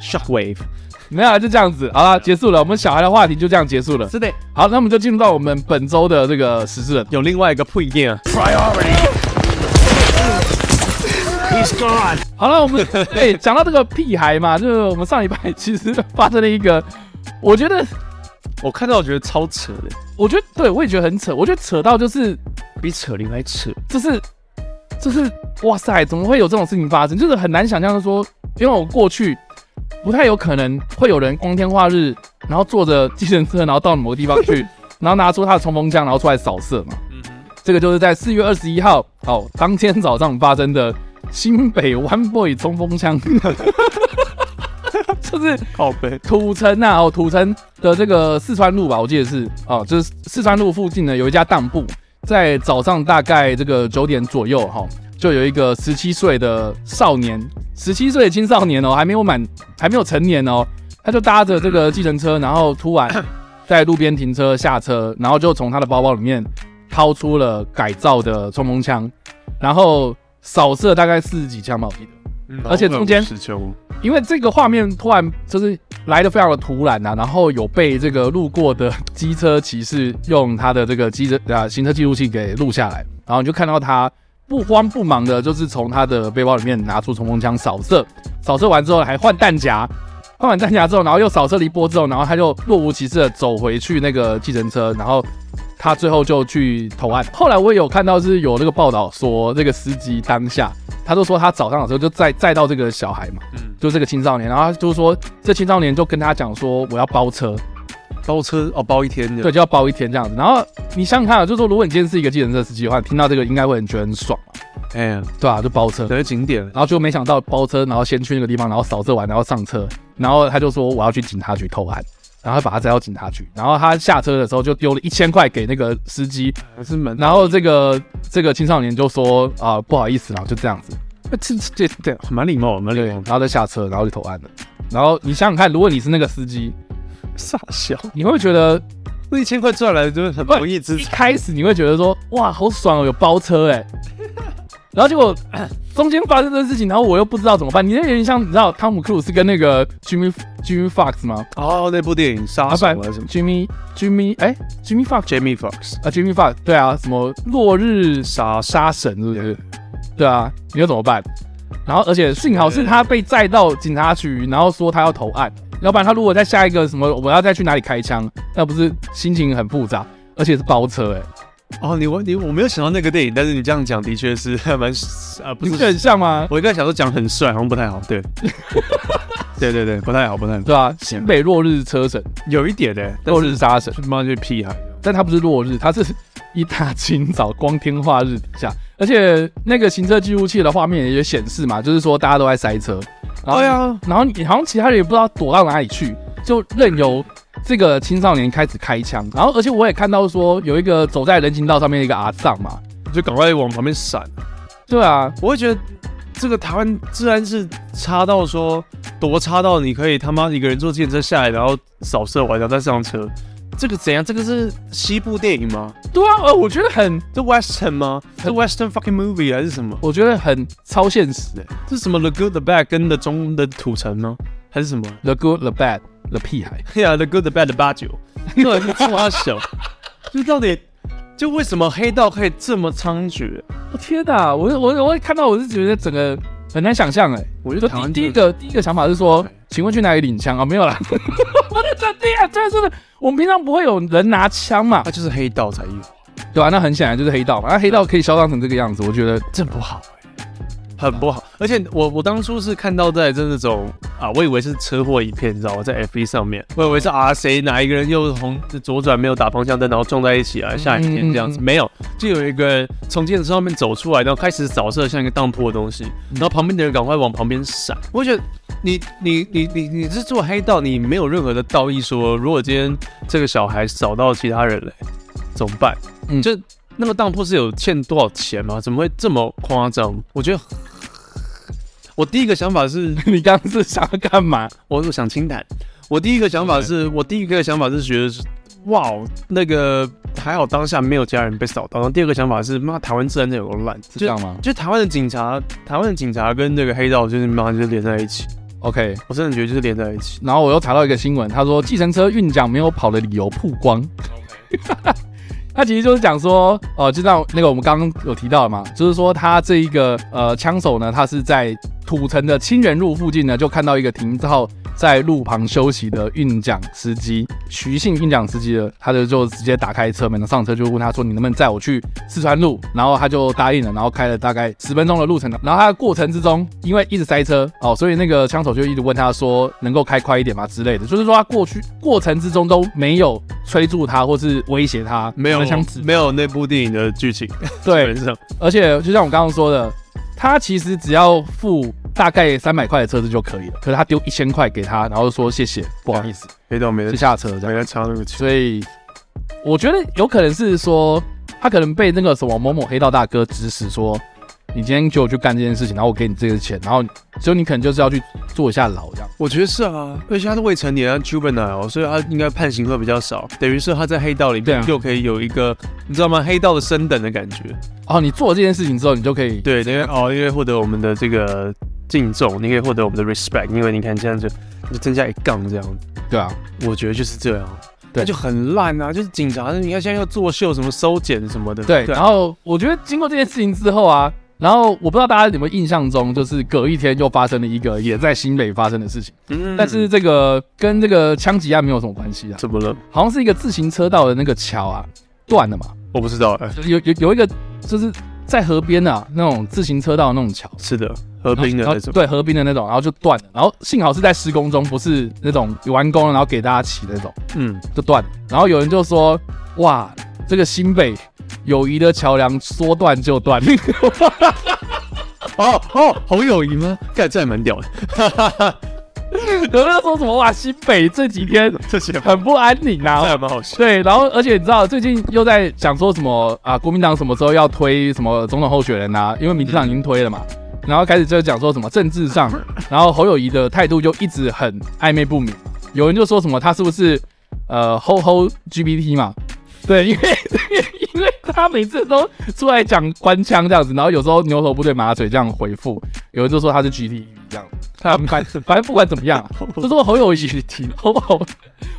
C: shock wave。
B: 没有啊，就这样子，好啦，结束了，我们小孩的话题就这样结束了，
C: 是的，
B: 好，那我们就进入到我们本周的这个时事了。
C: 有另外一个不一定啊。
D: He's gone.
B: 好了，我们 哎讲、到这个屁孩嘛，就是我们上礼拜其实发生了一个，我觉得，
C: 我看到我觉得超扯的，
B: 我觉得对我也觉得很扯，我觉得扯到就是
C: 比扯铃还扯。
B: 就是就是哇塞，怎么会有这种事情发生？就是很难想象说，因为我过去不太有可能会有人光天化日，然后坐着计程车，然后到某个地方去，然后拿出他的冲锋枪，然后出来扫射嘛。这个就是在四月二十一号，哦，当天早上发生的新北 One Boy 冲锋枪， 就是
C: 靠背，
B: 土城啊，哦，土城的这个四川路吧，我记得是哦，就是四川路附近呢有一家当铺，在早上大概这个九点左右哈、哦，就有一个十七岁的少年，十七岁的青少年哦，还没有满，还没有成年哦，他就搭着这个计程车，然后突然在路边停车下车，然后就从他的包包里面掏出了改造的冲锋枪，然后扫射大概四十几枪吧，我记得。
C: 嗯
B: 而且中间
C: 十球，
B: 因为这个画面突然就是来的非常的突然呐、然后有被这个路过的机车骑士用他的这个机车啊行车记录器给录下来，然后你就看到他不慌不忙的，就是从他的背包里面拿出冲锋枪扫射，扫射完之后还换弹夹，换完弹夹之后，然后又扫射了一波之后，然后他就若无其事的走回去那个计程车，然后他最后就去投案。后来我也有看到是有那个报道说，这个司机当下他就说他早上的时候就载载到这个小孩嘛，
C: 嗯，
B: 就这个青少年，然后他就说这青少年就跟他讲说我要包车，
C: 包车哦，包一天的。
B: 对，，就要包一天这样子。然后你想想看啊，就说如果你今天是一个计程车司机的话，你听到这个应该会很觉得很爽嘛，
C: 哎呀，
B: 对啊，就包车。
C: 等于景点
B: 然后就没想到包车，然后先去那个地方，然后扫射完，然后上车，然后他就说我要去警察局投案，然后把他载到警察局，然后他下车的时候就丢了一千块给那个司机，
C: 还是蛮。
B: 然后这个这个青少年就说啊、不好意思，然后就这样子，
C: 这这这蛮礼貌，蛮
B: 对，
C: 礼
B: 然
C: 貌。
B: 后再下车，然后就投案了。然后你想想看，如果你是那个司机，
C: 傻笑，
B: 你会不会觉得
C: 那一千块赚来就是很不义之
B: 一
C: 财。
B: 开始你会觉得说哇好爽哦，有包车哎、然后结果 中间发生的事情，然后我又不知道怎么办，你那有点像你知道汤姆克鲁斯跟那个 Jimmy Jimmy Fox 吗？
C: 哦，那部电影杀
B: 啊，
C: 手
B: 不然
C: 还是什么
B: Jimmy Jimmy 哎、Jimmy Fox
C: ？Jamie Fox
B: 啊 Jimmy Fox 对啊，什么落日
C: 杀手，
B: 杀神是不是？对啊，你又怎么办？然后而且幸好是他被载到警察局，然后说他要投案，要不然他如果在下一个什么我要再去哪里开枪，那不是心情很复杂，而且是包车哎、
C: 哦，你我你我没有想到那个电影，但是你这样讲的确是 还蛮啊，不
B: 你不觉得
C: 是
B: 很像吗？
C: 我应该想说讲很帅，好像不太好， 对，对对对，不太好，不太好，
B: 对吧、
C: 像
B: 新北落日车神，
C: 有一点的、欸，
B: 落日杀神，
C: 他妈就是屁孩，
B: 但它不是落日，它是一大清早光天化日底下，而且那个行车记录器的画面也显示嘛，就是说大家都在塞车，然后
C: 对啊，
B: 然后你好像其他人也不知道躲到哪里去，就任由这个青少年开始开枪，然后而且我也看到说有一个走在人行道上面的一个阿藏嘛，
C: 就赶快往旁边闪。
B: 对啊，
C: 我会觉得这个台湾治安是差到说多差到你可以他妈一个人坐电车下来，然后扫射完然后再上车，这个怎样？这个是西部电影吗？
B: 对啊，呃，我觉得很，
C: 这 western 吗？这 western fucking movie 啊还是什么？
B: 我觉得很超现实的、欸
C: 这是什么 the good the bad 跟 the 中的土城吗？还是什么
B: The good, the bad, the 屁孩。
C: ？Yeah the good the bad the 八九，到底是多小？ 就到底就为什么黑道可以这么猖獗？
B: 我天哪！我我我看到我是觉得整个很难想象哎、我
C: 我觉
B: 就
C: 得台
B: 第
C: 湾
B: 第一
C: 这
B: 个第一个想法是说
C: 对，
B: 请问去哪里领枪啊？没 有啦，我的真的啊，真的真的，我们平常不会有人拿枪嘛
C: 他，就是黑道才有，
B: 对啊吧、那很显然就是黑道嘛，那黑
C: 啊
B: 道可以嚣张成这个样子，我觉得
C: 这不好哎、很不好。而且我我当初是看到在这那种啊，我以为是车祸影片，你知道吗？在 F 1上面，我以为是啊谁哪一个人又红左转没有打方向灯，然后撞在一起啊，下雨天这样
B: 嗯
C: 子。
B: 嗯
C: 没有，就有一个人从电车上面走出来，然后开始扫射像一个当铺的东西，
B: 嗯
C: 然后旁边的人赶快往旁边闪。我觉得你你你你你是做黑道，你没有任何的道义说，如果今天这个小孩扫到其他人嘞、怎么办？
B: 嗯
C: 就那个当铺是有欠多少钱吗？怎么会这么夸张？我觉得，我第一个想法是，
B: 你刚刚是想要干嘛？
C: 我我想清谈。我第一个想法是我第一个想法是觉得是，哇，那个还好当下没有家人被扫到。然后第二个想法是，妈，台湾治安真有够烂，
B: 是
C: 就
B: 这样吗
C: 就台湾的警察，台湾的警察跟那个黑道就是妈就是连在一起，
B: ？OK，
C: 我真的觉得就是连在一起。
B: 然后我又查到一个新闻，他说计程车运奖没有跑的理由曝光。他其实就是讲说，呃，就像那个我们刚刚有提到的嘛，就是说他这一个呃枪手呢，他是在土城的清源路附近呢，就看到一个停靠在路旁休息的运奖司机徐姓运奖司机了，他就就直接打开车门，上车就问他说：“你能不能载我去四川路？”然后他就答应了，然后开了大概十分钟的路程，然后他的过程之中，因为一直塞车哦，所以那个枪手就一直问他说：“能够开快一点吗？”之类的，就是说他过去过程之中都没有催促他或是威胁他，
C: 没有
B: 拿枪指
C: 没有那部电影的剧情，基
B: 对
C: 本，上
B: 而且就像我刚刚说的，他其实只要付大概三百块的车资就可以了，可是他丢一千块给他，然后说谢谢，不好意思，
C: 黑道没
B: 就
C: 人
B: 下车这样。
C: 没人插那个钱，
B: 所以我觉得有可能是说，他可能被那个什么某某黑道大哥指使说，你今天给我去干这件事情，然后我给你这个钱，然后所以你可能就是要去坐一下牢这样。
C: 我觉得是啊，而且他是未成年，他 juvenile，所以他应该判刑会比较少，等于是他在黑道里
B: 对
C: 面
B: 啊
C: 又可以有一个，你知道吗？黑道的升等的感觉。
B: 哦，你做了这件事情之后，你就可以
C: 对，因为哦，因为获得我们的这个呃敬重，你可以获得我们的 respect，因为你看这样就就增加一杠这样子，
B: 对啊，
C: 我觉得就是这样。
B: 对
C: 那就很烂啊！就是警察，你看现在要作秀，什么收检什么的。
B: 对，然
C: 啊
B: 后我觉得经过这件事情之后啊，然后我不知道大家有没有印象中，就是隔一天又发生了一个也在新北发生的事情，
C: 嗯
B: 但是这个跟这个枪击案没有什么关系啊，
C: 怎么了？
B: 好像是一个自行车道的那个桥啊断了嘛，
C: 我不知道哎、
B: 有有有一个就是在河边啊那种自行车道的那种桥。
C: 是的，合并的
B: 然后
C: 那种。
B: 对河滨的那种，然后就断了，然后幸好是在施工中，不是那种完工了然后给大家骑那种，
C: 嗯，
B: 就断了。然后有人就说：“哇，这个新北友谊的桥梁说断就断。”
C: 哦哦，侯友谊吗？干，这还蛮屌的。
B: 有人说什么哇，新北这几天
C: 这些这
B: 很不安宁啊。
C: 还蛮好笑。
B: 对，然后而且你知道最近又在讲说什么啊，国民党什么时候要推什么总统候选人啊？因为民进党已经推了嘛，然后开始就讲说什么政治上，然后侯友谊的态度就一直很暧昧不明。有人就说什么他是不是呃吼吼 GPT 嘛？对，因为因为他每次都出来讲官腔这样子，然后有时候牛头不对马嘴这样回复，有人就说他是 GT 这样，他反反正不管怎么样 啊，就说侯友谊 GT 侯侯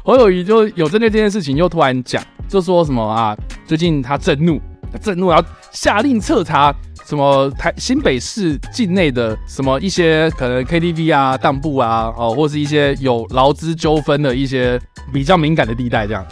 B: 侯友谊就有针对这件事情又突然讲，就说什么啊，最近他震怒，他震怒，然后下令彻查。什么台新北市境内的什么一些可能 KTV 啊、当铺啊，哦，或是一些有劳资纠纷的一些比较敏感的地带这样。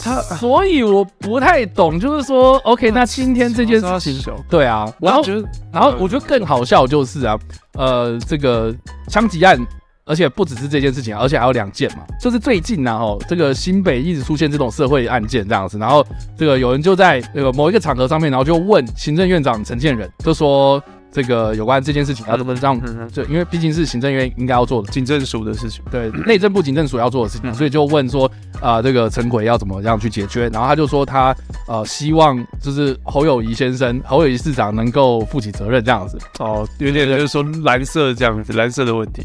C: 他
B: 所以我不太懂，就是说，OK，那哎今天这件事情，对啊，
C: 我
B: 然后
C: 觉得
B: 然后我觉得更好笑就是啊，呃，这个枪击案，而且不只是这件事情，啊而且还有两件嘛，就是最近呢、啊，哦，这个新北一直出现这种社会案件这样子，然后这个有人就在那个某一个场合上面，然后就问行政院长陈建仁，就说这个有关这件事情要怎么让，就因为毕竟是行政院应该要做的，
C: 警政署的事情，
B: 对内政部警政署要做的事情，所以就问说啊、这个陈奎要怎么样去解决？然后他就说他呃希望就是侯友谊先生、侯友谊市长能够负起责任这样子。
C: 哦，有点就是说蓝色这样子，蓝色的问题，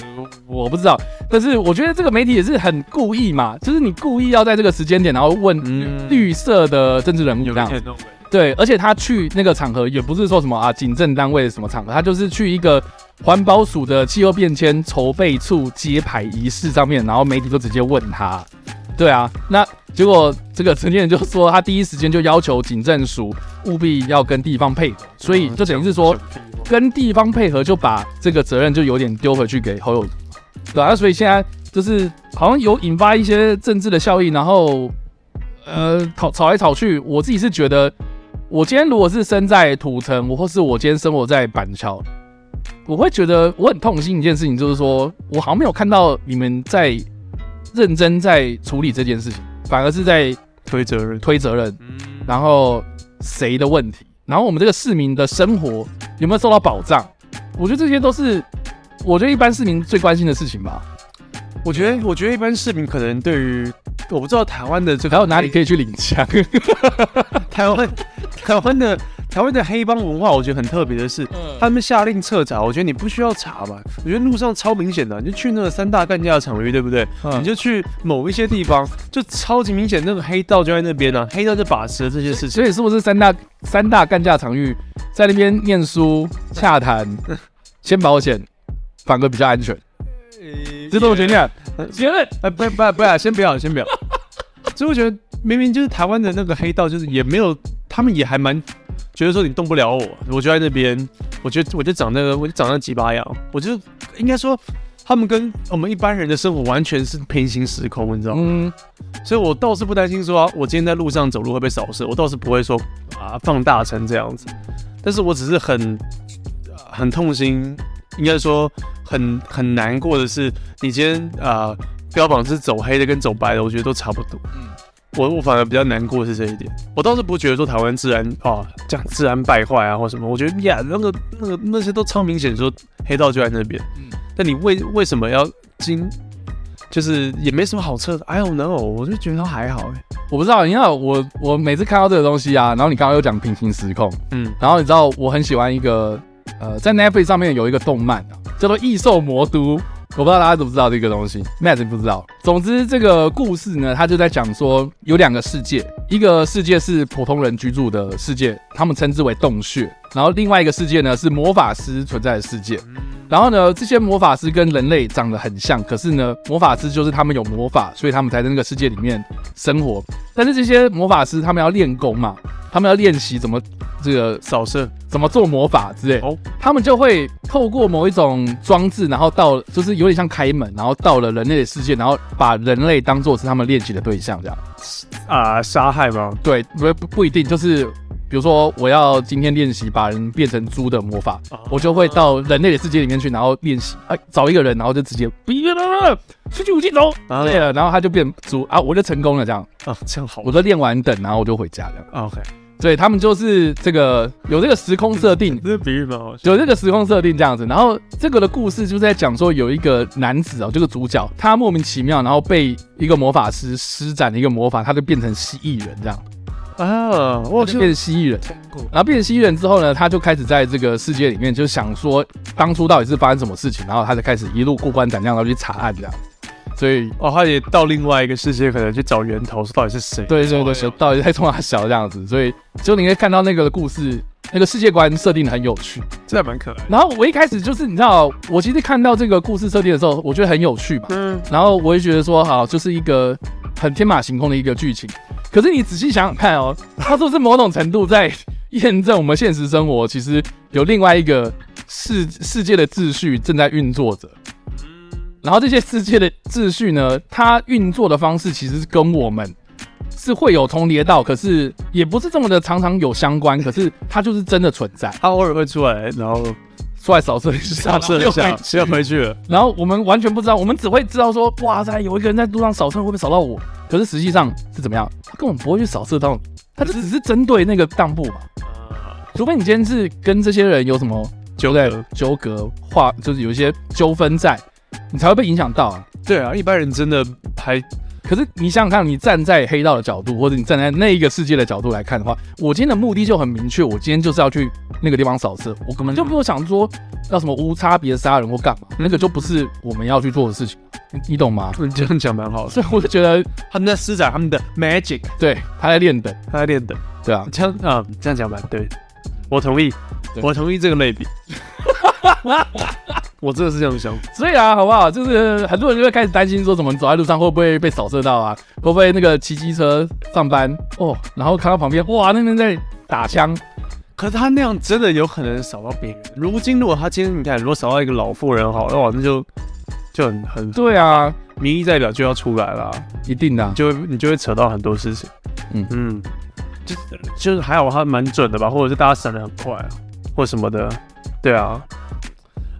B: 呃我不知道，但是我觉得这个媒体也是很故意嘛，就是你故意要在这个时间点，然后问
C: 嗯
B: 绿色的政治人物
C: 有
B: 这样。
C: 点那种
B: 对，而且他去那个场合也不是说什么啊，警政单位什么场合，他就是去一个环保署的气候变迁筹备处揭牌仪式上面，然后媒体就直接问他，对啊，那结果这个陈建仁就说他第一时间就要求警政署务必要跟地方配合，所以就等于是说跟地方配合，就把这个责任就有点丢回去给侯友宜，对啊，那所以现在就是好像有引发一些政治的效应，然后呃吵吵来吵去，我自己是觉得，我今天如果是生在土城，我或是我今天生活在板桥，我会觉得我很痛心一件事情，就是说我好像没有看到你们在认真在处理这件事情，反而是在
C: 推责任，
B: 推责任，然后谁的问题，然后我们这个市民的生活有没有受到保障？我觉得这些都是我觉得一般市民最关心的事情吧。
C: 我觉得，我觉得一般市民可能对于我不知道台湾的这个
B: 还有哪里可以去领枪？
C: 台湾 台湾的台湾的黑帮文化，我觉得很特别的是，
B: 嗯
C: 他们下令彻查，我觉得你不需要查吧，我觉得路上超明显的，你就去那个三大干架的场域，对不对？
B: 嗯
C: 你就去某一些地方，就超级明显，那个黑道就在那边啊，黑道就把持了这些事情。
B: 所以是不是三大三大干架场域在那边念书、洽谈、签保险，反而比较安全？这都我决定啊结论。
C: 哎，不不不要，先不要，先不要。所以我觉得明明就是台湾的那个黑道，就是也没有，他们也还蛮觉得说你动不了我，我就在那边，我觉得我就长那个，我就长那几把痒，我就应该说。他们跟我们一般人的生活完全是平行时空，你知道吗？
B: 嗯，
C: 所以我倒是不担心说、啊，我今天在路上走路会被扫射，我倒是不会说啊放大成这样子。但是我只是很呃很痛心，应该说很很难过的是，你今天啊、呃标榜是走黑的跟走白的，我觉得都差不多。嗯，我我反而比较难过的是这一点。我倒是不觉得说台湾治安啊这样治安败坏啊或什么，我觉得呀那个那个那些都超明显，说黑道就在那边。嗯，但你为为什么要经？就是也没什么好测的，I don't know，我哎就觉得他还好哎、
B: 我不知道，你看我我每次看到这个东西啊，然后你刚刚又讲平行时空，
C: 嗯，
B: 然后你知道我很喜欢一个呃，在 Netflix 上面有一个动漫啊，叫做《异兽魔都》，我不知道大家知不知道这个东西，Matt 你不知道。总之这个故事呢，它就在讲说有两个世界，一个世界是普通人居住的世界，他们称之为洞穴，然后另外一个世界呢是魔法师存在的世界。然后呢，这些魔法师跟人类长得很像，可是呢，魔法师就是他们有魔法，所以他们才在那个世界里面生活。但是这些魔法师他们要练功嘛，他们要练习怎么这个
C: 扫射
B: 怎么做魔法之类，
C: 哦
B: 他们就会透过某一种装置，然后到就是有点像开门，然后到了人类的世界，然后把人类当做是他们练习的对象，这样。
C: 啊杀、害吗？
B: 对，不不不一定，就是比如说我要今天练习把人变成猪的魔法，我就会到人类的世界里面去，然后练习，哎，找一个人，然后就直接，哎出去武器走，
C: 啊
B: 对了，然后他就变猪啊，我就成功了，这样，
C: 啊，这样好
B: 我就练完等，然后我就回家，这样。
C: 啊 OK，
B: 对他们就是这个有这个时空设定，
C: 这个比喻蛮好笑。
B: 有这个时空设定这样子，然后这个的故事就是在讲说有一个男子哦，这个主角他莫名其妙，然后被一个魔法师施展了一个魔法，他就变成蜥蜴人这样，
C: 啊，我
B: 他就变成蜥蜴人，然后变成蜥蜴人之后呢，他就开始在这个世界里面就想说当初到底是发生什么事情，然后他就开始一路过关斩将，然后去查案这样，所以
C: 哦，他也到另外一个世界，可能去找源头，说到底是谁？
B: 对对对，到底在冲他小这样子，所以就你可以看到那个故事那个世界观设定的很有趣。
C: 这还蛮可爱的。
B: 然后我一开始就是你知道，我其实看到这个故事设定的时候，我觉得很有趣嘛。
C: 嗯，
B: 然后我也觉得说，好，就是一个很天马行空的一个剧情。可是你仔细想想看哦，它是不是某种程度在验证我们现实生活其实有另外一个世世界的秩序正在运作着？然后这些世界的秩序呢，它运作的方式其实是跟我们是会有重叠到，可是也不是这么的常常有相关，可是它就是真的存在。
C: 他偶尔会出来，然 后
B: 出来扫射一下，
C: 大射一
B: 然
C: 下
B: 后，
C: 又回去了。
B: 然后我们完全不知道，我们只会知道说，哇塞，有一个人在路上扫射，会不会扫到我？可是实际上是怎么样？他根本不会去扫射到你，他就只是针对那个当铺嘛。除非你今天是跟这些人有什么
C: 纠
B: 对
C: 葛
B: 纠葛话，就是有一些纠纷在，你才会被影响到啊。
C: 对啊，一般人真的还
B: 可是你想想看，你站在黑道的角度，或者你站在那一个世界的角度来看的话，我今天的目的就很明确，我今天就是要去那个地方扫射，我根本就不用想说要什么无差别杀人或干嘛，那个就不是我们要去做的事情，你你懂吗？
C: 你嗯这样讲蛮好的。
B: 所以我就觉得，
C: 他们在施展他们的 magic，
B: 对，他在练等，
C: 他在练的。
B: 对啊，
C: 这样啊、这样讲吧，对，我同意，
B: 对
C: 我同意这个 类比。我真的是这样想，
B: 所以啊，好不好？就是很多人就会开始担心说，怎么走在路上会不会被扫射到啊？会不会那个骑机车上班哦，然后看到旁边哇，那边在打枪，
C: 可是他那样真的有可能扫到别人。如今如果他今天你看，如果扫到一个老妇人好了，哇，那就就很很
B: 对啊，
C: 民意代表就要出来了啊，
B: 一定的啊、
C: 你就会你就会扯到很多事情。
B: 嗯
C: 嗯，就就是还好他蛮准的吧，或者是大家闪的很快啊，或什么的。对啊。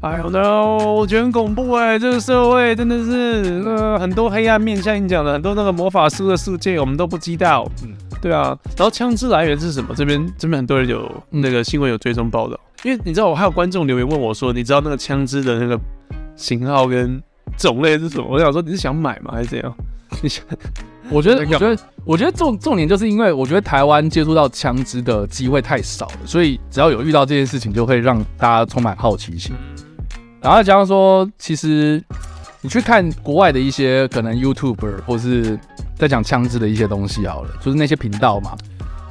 C: 哎呦 no！我觉得很恐怖哎、这个社会真的是呃很多黑暗面，像你讲的很多那个魔法书的世界，我们都不知道。
B: 嗯
C: 嗯，对啊。然后枪支来源是什么？这边这边很多人有
B: 嗯
C: 那个新闻有追踪报道，因为你知道我还有观众留言问我说，你知道那个枪支的那个型号跟种类是什么？我想说你是想买吗还是怎样？你想
B: 我觉得，我
C: 在干嘛
B: 觉得，我觉得重重点就是因为我觉得台湾接触到枪支的机会太少了，所以只要有遇到这件事情，就会让大家充满好奇心。然后再加上说，其实你去看国外的一些可能 YouTuber 或是在讲枪支的一些东西好了，就是那些频道嘛，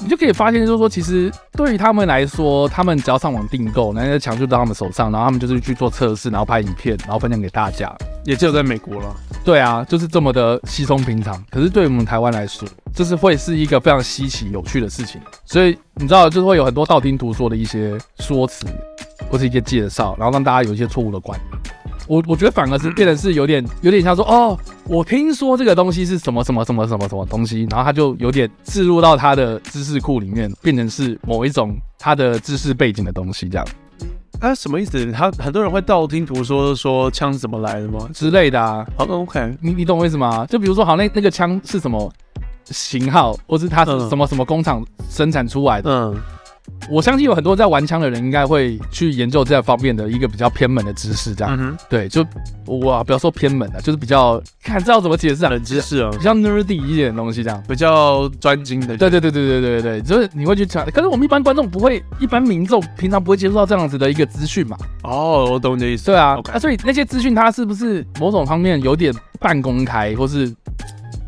B: 你就可以发现，就是说，其实对于他们来说，他们只要上网订购，那些枪就到他们手上，然后他们就是去做测试，然后拍影片，然后分享给大家。
C: 也只有在美国了。
B: 对啊，就是这么的稀松平常。可是对我们台湾来说，这是会是一个非常稀奇有趣的事情。所以你知道，就是会有很多道听途说的一些说辞，或是一些介绍，然后让大家有一些错误的观念。我我觉得反而是变得是有点有点像说哦，我听说这个东西是什么什么什么什么什么东西，然后他就有点置入到他的知识库里面，变成是某一种他的知识背景的东西这样
C: 啊，什么意思？他很多人会道听途说说枪是怎么来的吗？
B: 之类的啊。
C: 好，OK，
B: 你你懂我意思吗？就比如说，好，那那个枪是什么型号，或是它是
C: 嗯
B: 什么什么工厂生产出来的？
C: 嗯，
B: 我相信有很多在玩枪的人，应该会去研究这方面的一个比较偏门的知识，这样、
C: 嗯哼，
B: 对，就哇，不要说偏门啊了，就是比较看这要怎么解释啊，
C: 冷知识啊，
B: 比较 nerdy 一点的东西，这样。
C: 比较专精的，
B: 对对对对对对对，就是你会去讲，可是我们一般观众不会，一般民众平常不会接触到这样子的一个资讯嘛，
C: 哦，我懂你的意思，
B: 对啊
C: OK
B: 啊，所以那些资讯它是不是某种方面有点半公开，或是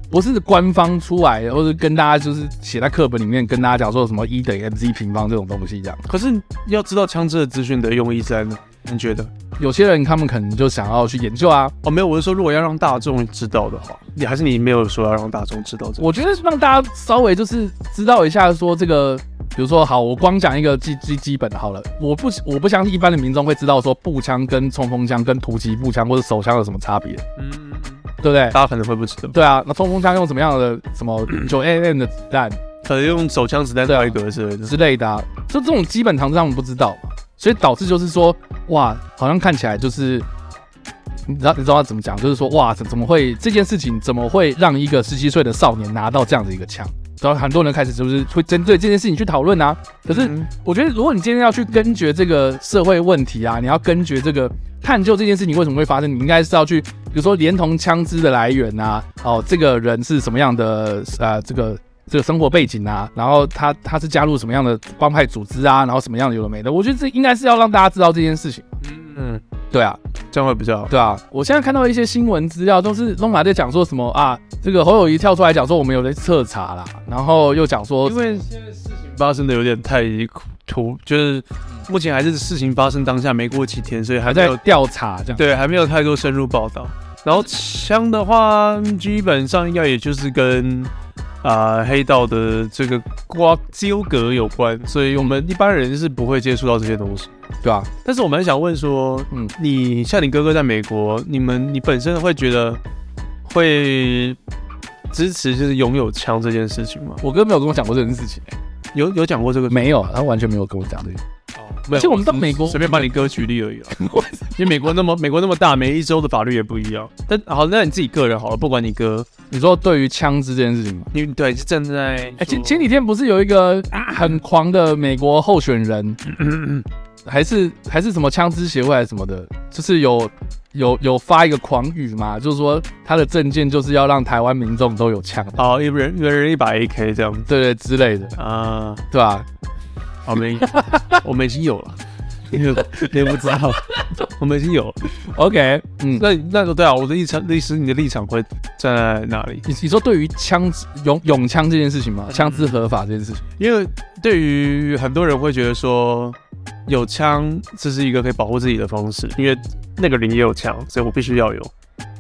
B: 不是官方出来，或是跟大家就是写在课本里面跟大家讲说什么一 E 等于 mc 平方这种东西这样？
C: 可是要知道枪支的资讯的用意在哪？你觉得？
B: 有些人他们可能就想要去研究啊。
C: 哦，没有，我是说，如果要让大众知道的话，你还是你没有说要让大众知道这个。
B: 我觉得让大家稍微就是知道一下说这个。比如说，好，我光讲一个基基基本的好了，我不我不相信一般的民众会知道说步枪跟冲锋枪跟突击步枪或者手枪有什么差别，
C: 嗯，
B: 对不对？
C: 大家可能会不知道，
B: 对啊，那冲锋枪用什么样的什么九 mm 的子弹，
C: 可能用手枪子弹
B: 对啊
C: 打一格之类的。
B: 之类的、啊，就这种基本常识他们不知道嘛，所以导致就是说，哇，好像看起来就是，你知道你知道要怎么讲，就是说，哇，怎怎么会这件事情怎么会让一个十七岁的少年拿到这样的一个枪？然后很多人开始就是会针对这件事情去讨论啊。可是
C: 嗯
B: 我觉得，如果你今天要去根绝这个社会问题啊，你要根绝这个探究这件事情为什么会发生，你应该是要去，比如说连同枪支的来源啊，哦，这个人是什么样的呃，这个这个生活背景啊，然后他他是加入什么样的帮派组织啊，然后什么样的有的没的，我觉得这应该是要让大家知道这件事情。
C: 嗯，
B: 对啊，
C: 这样会比较好。
B: 对啊，我现在看到一些新闻资料都是龙马在讲说什么啊，这个侯友谊跳出来讲说我们有在彻查啦，然后又讲说
C: 因为现在事情发生的有点太突，就是目前还是事情发生当下没过几天，所以还
B: 还
C: 没
B: 在
C: 有
B: 调查这样。
C: 对还没有太多深入报道。然后枪的话，基本上应该也就是跟啊、黑道的这个瓜纠葛有关，所以我们一般人是不会接触到这些东西。
B: 对啊，
C: 但是我蛮想问说，
B: 嗯
C: 嗯，你像你哥哥在美国，你们你本身会觉得会支持就是拥有枪这件事情吗？
B: 我哥没有跟我讲过这件事情、欸
C: 有有讲过这个
B: 没有，啊他完全没有跟我讲这个。
C: 没有
B: 而且我们到美国
C: 随便帮你哥举例而已啊啦。因为 美国那么美国那么大，每一州的法律也不一样。但好，那你自己个人好了，不管你哥，
B: 你说对于枪支这件事情吗？
C: 你对是站在
B: 哎、前
C: 说
B: 前几天不是有一个很狂的美国候选人，还是还是什么枪支协会还是什么的，就是有有有发一个狂语嘛，就是说他的证件就是要让台湾民众都有枪，
C: 好一人一人一把 AK 这样 子
B: 对对之类的，
C: 啊，
B: 对吧、
C: 我们 我们已经有了。你你不知道， 我们已经有了。
B: o k 嗯，
C: 那那对啊，我的立场，律师，你的立场会站在哪里？
B: 你你说对于枪支拥拥枪这件事情吗？枪支合法这件事情，
C: 因为对于很多人会觉得说，有枪这是一个可以保护自己的方式，因为那个人也有枪，所以我必须要有，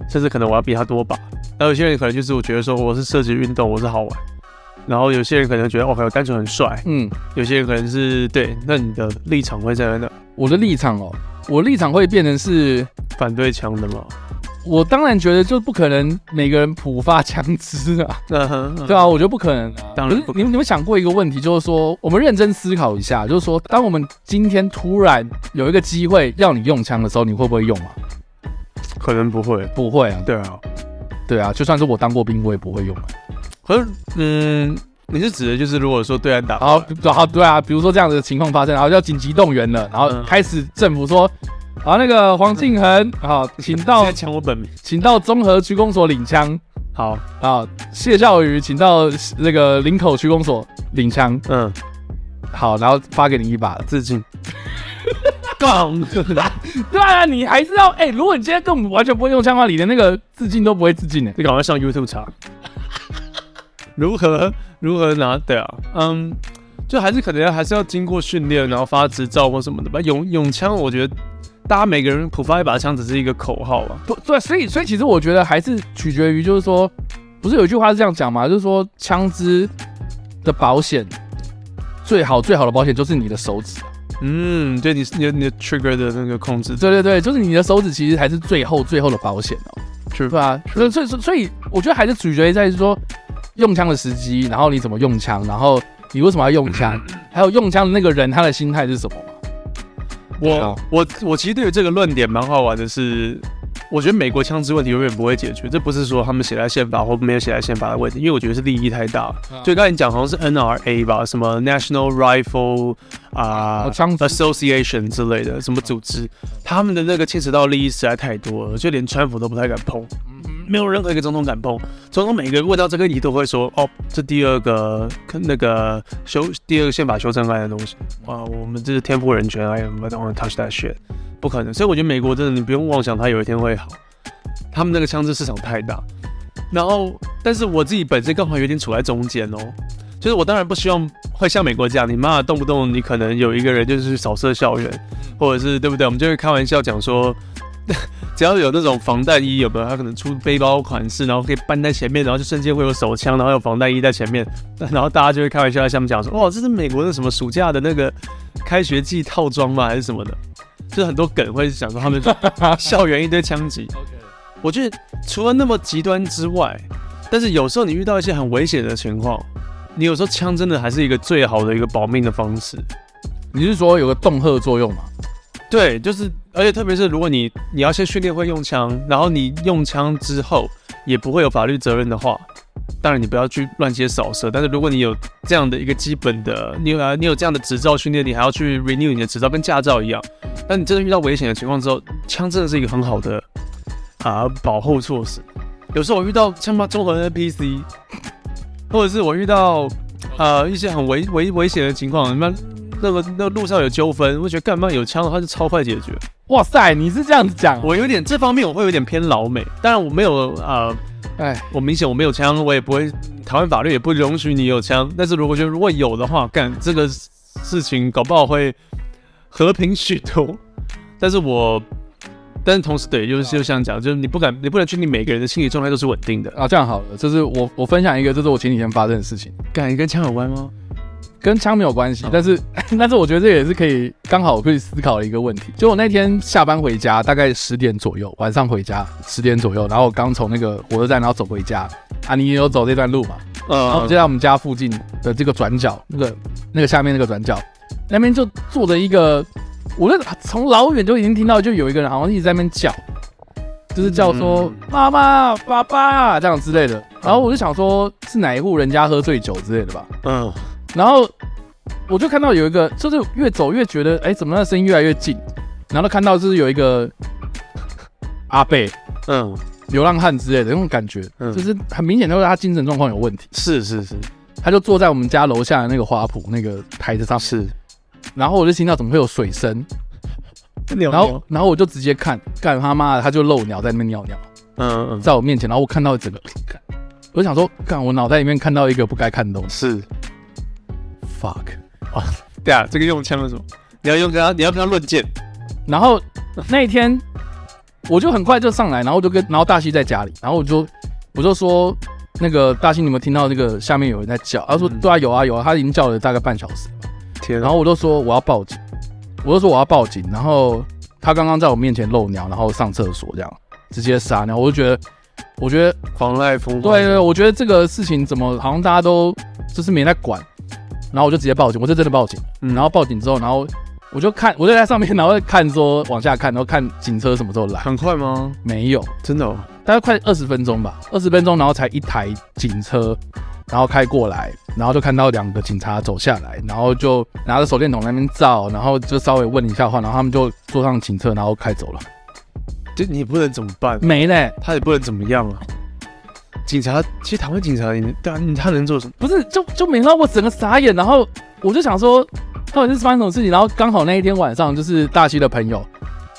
C: 甚至可能我要比他多把。那有些人可能就是我觉得说我是涉及运动，我是好玩。然后有些人可能觉得哦，我单纯很帅，
B: 嗯，
C: 有些人可能哦是对。那你的立场会站在那
B: 我的立场哦，我立场会变成是，
C: 反对枪的吗？
B: 我当然觉得就不可能每个人普发枪支啊，
C: 嗯哼，
B: 对啊，我觉得不可能啊。
C: 当然
B: 可是
C: 不可能
B: 你们你们想过一个问题，就是说我们认真思考一下，就是说当我们今天突然有一个机会要你用枪的时候，你会不会用啊？
C: 可能不会。
B: 不会啊，
C: 对啊，
B: 对啊，就算是我当过兵，我也不会用啊。
C: 可是嗯，你是指的就是如果说对岸打
B: 然后，然后对啊，比如说这样的情况发生，然后要紧急动员了，然后
C: 嗯
B: 开始政府说，啊那个黄敬恒啊，请到
C: 现在抢我本名，
B: 请到综合区公所领枪
C: 好，
B: 啊，谢孝宇请到那个林口区公所领枪，
C: 嗯，
B: 好，然后发给你一把，
C: 致 敬，杠。
B: 对啊，你还是要哎、如果你今天跟我们完全不会用枪的话，你连那个致敬都不会致敬呢、
C: 你赶快上 YouTube 查，如何如何拿对啊，嗯，就还是可能要还是要经过训练，然后发执照或什么的吧。永永枪，我觉得大家每个人普发一把枪只是一个口号啊。
B: 不对，所以所以其实我觉得还是取决于，就是说，不是有一句话是这样讲嘛，就是说枪支的保险最好最好的保险就是你的手指。
C: 嗯，对你你的你的 trigger 的那个控制，
B: 对对对，就是你的手指其实还是最后最后的保险哦。
C: 是
B: 对啊，所以所以所以我觉得还是取决于在于说用枪的时机，然后你怎么用枪，然后你为什么要用枪，还有用枪的那个人他的心态是什么嘛。
C: 我我我其实对于这个论点蛮好玩的是，我觉得美国枪支问题永远不会解决，这不是说他们写在宪法或没有写在宪法的问题，因为我觉得是利益太大了。
B: 啊
C: 就刚才你讲好像是 NRA 吧，什么 National Rifle 啊、
B: 哦枪支
C: Association 之类的什么组织，他们的那个牵扯到利益实在太多了，就连川普都不太敢碰，
B: 嗯
C: 没有任何一个总统敢碰。总统每个人问到这个议题都会说，哦，这第二个那个修第二个宪法修正案的东西。啊，我们这是天赋人权，I am not gonna touch that shit，不可能。所以我觉得美国真的，你不用妄想它有一天会好，他们那个枪支市场太大。然后，但是我自己本身刚好有点处在中间哦，就是我当然不希望会像美国这样，你妈的动不动你可能有一个人就是去扫射校园，或者是对不对？我们就会开玩笑讲说。 只要有那种防弹衣，有没有？他可能出背包款式，然后可以搬在前面，然后就瞬间会有手枪，然后有防弹衣在前面，然后大家就会开玩笑在下面讲说：“哇，这是美国的什么暑假的那个开学季套装吗？还是什么的？”就是很多梗会想说他们校园一堆枪击。我觉得除了那么极端之外，但是有时候你遇到一些很危险的情况，你有时候枪真的还是一个最好的一个保命的方式。
B: 你是说有个恫吓作用嘛？
C: 对，就是，而且特别是如果你你要先训练会用枪，然后你用枪之后也不会有法律责任的话，当然你不要去乱接扫射。但是如果你有这样的一个基本的，你有啊你有这样的执照训练，你还要去 renew 你的执照，跟驾照一样。但你真的遇到危险的情况之后，枪真的是一个很好的啊保护措施。有时候我遇到像妈综合 NPC，或者是我遇到呃一些很危危危险的情况，你们那个那个路上有纠纷，我觉得干嘛有枪的话就超快解决。
B: 哇塞，你是这样子讲，
C: 我有点这方面我会有点偏老美，当然我没有呃，
B: 哎，
C: 我明显我没有枪，我也不会，台湾法律也不容许你有枪。但是如果觉得如果有的话，干这个事情搞不好会和平许多。但是我，但是同时对，就是就像讲，就是你不敢，你不能确定每个人的心理状态都是稳定的。
B: 啊，这样好了，这是我我分享一个，这是我前几天发生的事情。
C: 干，你跟枪有关吗？
B: 跟枪没有关系，但是 但是我觉得这也是可以刚好可以思考的一个问题。就我那天下班回家，大概十点左右，晚上回家十点左右，然后我刚从那个火车站然后走回家，啊，你也有走这段路嘛？然后
C: 呃
B: 就，在我们家附近的这个转角，那个那个下面那个转角，那边就坐着一个，我那从老远就已经听到，就有一个人好像一直在那边叫，就是叫说
C: 嗯
B: 妈妈、爸爸这样之类的。然后我就想说，是哪一户人家喝醉酒之类的吧。
C: 嗯，
B: 然后我就看到有一个，就是越走越觉得，哎、怎么那声音越来越近？然后看到就是有一个阿贝
C: 嗯，
B: 流浪汉之类的那种感觉，
C: 嗯
B: 就是很明显就是他精神状况有问题。
C: 是是是
B: 他就坐在我们家楼下的那个花圃那个台子上，
C: 是，
B: 然后我就听到怎么会有水声，
C: 然哦
B: 然后然后我就直接看，干他妈的，他就漏尿在那边尿尿，
C: 嗯嗯
B: 在我面前，然后我看到整个，干我就想说，干我脑袋里面看到一个不该看的东西
C: 是，
B: ，fuck。
C: 对啊，这个用枪的什么？你要用跟他，你要跟他论剑，
B: 然后那一天我就很快就上来，然后我就跟然后大西在家里，然后我就我就说那个大西，你有没有听到那个下面有人在叫？他说
C: 嗯
B: 对啊有啊有啊，他已经叫了大概半小时。
C: 天啊
B: 然
C: 然
B: 后
C: 后
B: 我就说我要报警，我就说我要报警，然后他刚刚在我面前漏尿，然后上厕所这样直接撒尿，我就觉得，我觉得
C: 狂赖风
B: 对对，啊我觉得这个事情怎么好像大家都就是没在管，然后我就直接报警，我就真的报警，
C: 嗯
B: 然后报警之后，然后我就看我就在上面，然后看说往下看，然后看警车什么时候来，
C: 很快吗？
B: 没有，
C: 真的哦，
B: 大概快二十分钟吧，二十分钟，然后才一台警车，然后开过来，然后就看到两个警察走下来，然后就拿着手电筒在那边照，然后就稍微问一下话，然后他们就坐上警车，然后开走了，
C: 就你不能怎么办，
B: 没嘞，
C: 他也不能怎么样啊。警察，其实台湾警察也，对啊，你他能做什么？
B: 不是，就就没让我整个傻眼，然后我就想说，到底是发生什么事情？然后刚好那一天晚上，就是大西的朋友